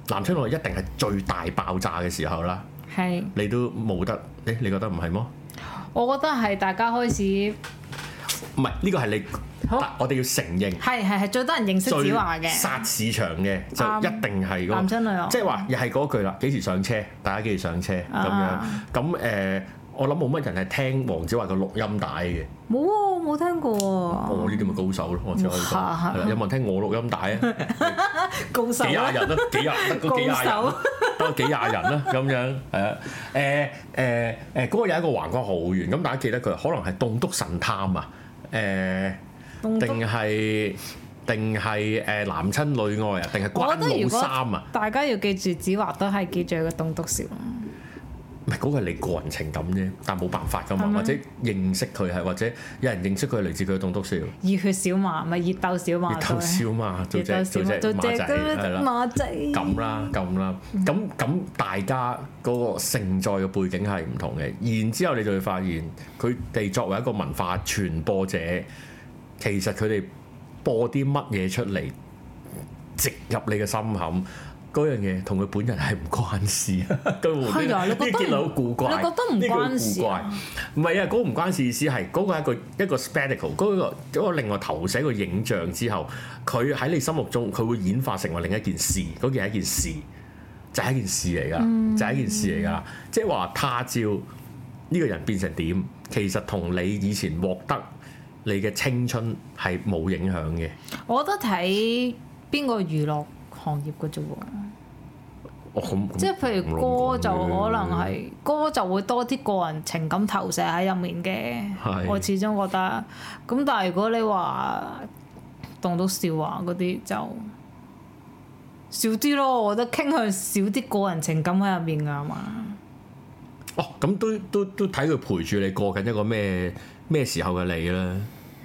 S1: 男親女愛一定係最大爆炸嘅時候啦，
S2: 係，
S1: 你都冇得，誒你覺得唔係麼？
S2: 我覺得係大家開始
S1: 唔係呢個係你，
S2: 好
S1: 但我哋要承認。
S2: 係係係最多人認識
S1: 最
S2: 子華嘅
S1: 殺市場嘅就
S2: 啱
S1: 一定係嗰個
S2: 男親女愛
S1: 即係話又係嗰句啦，幾時上車？大家幾時上車咁樣
S2: 啊？
S1: 咁誒，我諗冇乜人係聽黃子華嘅錄音帶嘅。
S2: 冇喎，冇聽過喎，
S1: 我呢啲咪高手咯，我只可以講。
S2: 哇
S1: 係啦有冇人聽我錄音帶啊？
S2: 高 *laughs* 手
S1: 幾
S2: 啊
S1: 廿人啦，幾廿得嗰幾廿人啦，得嗰幾廿人啦，咁樣係啊。誒誒誒，嗰個有一個橫跨好遠，咁大家記得佢，可能係棟篤神探啊，誒
S2: 棟篤
S1: 定係。定係誒男親女愛啊，定係
S2: 我
S1: 關
S2: 覺得
S1: 老
S2: 如
S1: 三啊
S2: 果？大家要記住子華都係記住佢嘅棟篤笑，
S1: 唔係嗰個係你個人情感啫，但冇辦法噶嘛，或者認識佢係，或者有人認識佢係嚟自佢嘅棟篤笑，
S2: 熱血小馬咪熱鬥小馬
S1: 熱鬥
S2: 都係，
S1: 笑嘛，做
S2: 熱鬥
S1: 隻
S2: 小
S1: 做
S2: 馬
S1: 隻
S2: 做
S1: 馬
S2: 隻
S1: 仔
S2: 都
S1: 係啦，
S2: 馬仔，
S1: 咁啦咁啦，咁咁大家嗰個盛載嘅背景係唔同嘅，然之後你就會發現佢哋作為一個文化傳播者，其實佢哋播啲乜嘢出嚟，植入你嘅心坎。嗰樣嘢同佢本人係唔關
S2: *laughs*
S1: 事啊！佢無端
S2: 係啊
S1: 端
S2: 你
S1: 呢
S2: 覺得
S1: 個結論好古怪，
S2: 你覺得唔
S1: 呢個好
S2: 關事
S1: 古怪
S2: 啊
S1: 唔係啊，嗰、個唔關事意思係嗰、個係一個一個 spectacle，嗰、個嗰個另外投射一個影像之後，佢喺你心目中佢會演化成為另一件事，嗰件係一件事，就係、一件事嚟㗎，
S2: 嗯
S1: 就係一件事嚟㗎，即係話他朝呢個人變成點，其實同你以前獲得你嘅青春係冇影響嘅。
S2: 我覺得睇邊個娛樂行業嘅啫喎。
S1: 哦咁，咁
S2: 即係譬如歌就可能係歌就會多啲個人情感投射喺入面
S1: 係
S2: 嘅，我始終覺得。咁但係如果你話當到笑話嗰啲就少啲咯，我覺得傾向少啲個人情感喺入面㗎嘛。
S1: 哦，咁都都都睇佢陪住你過緊一個咩咩時候嘅你啦。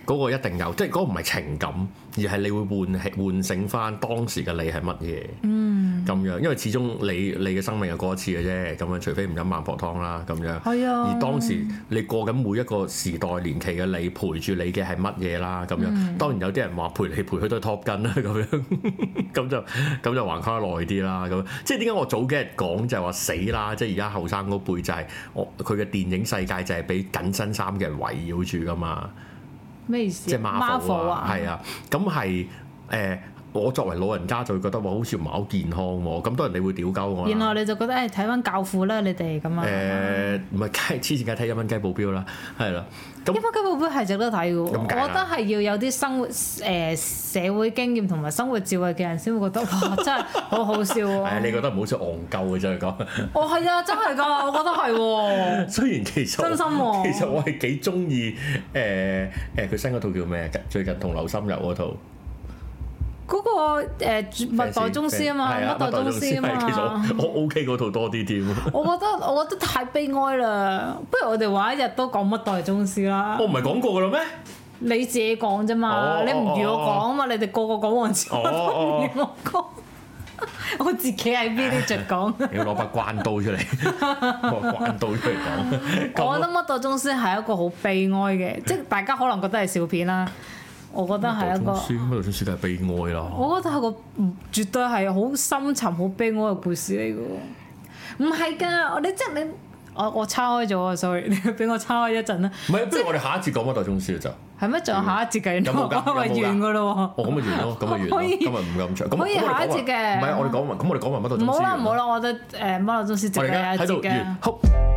S1: 嗰個一定有，即係嗰個唔係情感，而係你會喚起喚醒翻當時嘅你係乜嘢。嗯，咁樣，因為始終你你嘅生命係過一次嘅啫，咁樣除非唔飲孟婆湯啦，咁樣。
S2: 係啊
S1: 而當時你過緊每一個時代年期嘅你，陪住你嘅係乜嘢啦？咁樣，
S2: 嗯
S1: 當然有啲人話陪你陪佢都係 top 跟啦，咁樣， *laughs* 咁就咁就橫跨耐啲啦。咁即係點解我早幾日講就係話死啦？即係而家後生嗰輩就係我佢嘅電影世界就係俾緊身衫嘅人圍繞住噶嘛。
S2: 咩意思？
S1: 即係 Marvel 啊，係
S2: 啊，
S1: 啊，咁係誒，我作為老人家就會覺得話好似唔係好健康喎，咁當然你會屌鳩我
S2: 然
S1: 啦。
S2: 後你就覺得誒哎睇翻教父啦，你哋咁啊。
S1: 誒唔係 *laughs* 雞黐線梗係睇一蚊雞保鏢啦，係啦，咁
S2: 一蚊雞保鏢係值得睇嘅喎，
S1: 咁梗
S2: 我
S1: 係啦
S2: 覺得係要有啲生活誒、社會經驗同埋生活智慧嘅人先會覺得哇，真係好好笑
S1: *laughs*
S2: 喎、
S1: 誒你覺得唔好似戇鳩嘅真係講， *laughs*
S2: 哦，係啊，真係㗎，我覺得係喎、
S1: 雖然其實
S2: 真心
S1: 我
S2: 喎
S1: 其實我係幾中意誒誒佢新嗰套叫咩？最近同劉心悠嗰套。
S2: 嗰、個、呃、物代宗師啊嘛，
S1: 係
S2: 乜代宗師啊
S1: 係其實
S2: 嘛。
S1: 我我 OK 嗰套多啲添。
S2: 我覺得 *laughs* 我覺得太悲哀啦，不如我哋話一日都講乜代宗師啦
S1: 我，唔係講過㗎啦咩？
S2: 你自己講啫嘛，
S1: 哦
S2: 你唔如我講啊嘛，你哋個個講黃子華都唔
S1: 哦哦
S2: 如我講， *laughs* 我自己喺邊啲着講。
S1: *laughs*
S2: 啊
S1: 你要攞把關刀
S2: *laughs*
S1: 出嚟， *laughs* 攞把關刀出嚟講。咁啊
S2: 我覺得《乜代宗師》係一個好悲哀嘅，即係大家可能覺得係笑片啦。我覺得
S1: 啊
S2: 係啊一個，
S1: 乜度算算係悲哀啦。
S2: 我覺得係個唔絕對係好深沉、好悲哀嘅故事嚟嘅喎。唔係㗎，你即係你，我我叉開咗啊！sorry，你 *laughs* 俾我叉開一陣啦。
S1: 唔係，不如我哋下一節講乜代宗師就。
S2: 係咩？仲有下一節繼
S1: 嗯有
S2: 續
S1: 冇㗎
S2: 講，咪
S1: 有冇㗎
S2: 完㗎咯
S1: 哦，咁咪
S2: *laughs*
S1: 完咯，咁咪完咯，
S2: 可以
S1: 今日唔咁長。咁
S2: 可以
S1: 咁我哋
S2: 下一
S1: 講
S2: 節
S1: 埋
S2: 嘅
S1: 唔係，我哋講埋，咁我哋講埋乜代
S2: 喎。
S1: 宗
S2: 唔
S1: 師
S2: 好啦，
S1: 完
S2: 唔好啦，我覺得誒《乜代宗師》值
S1: 我
S2: 得
S1: 哋而家喺
S2: 有
S1: 度
S2: 一節嘅
S1: 完。。好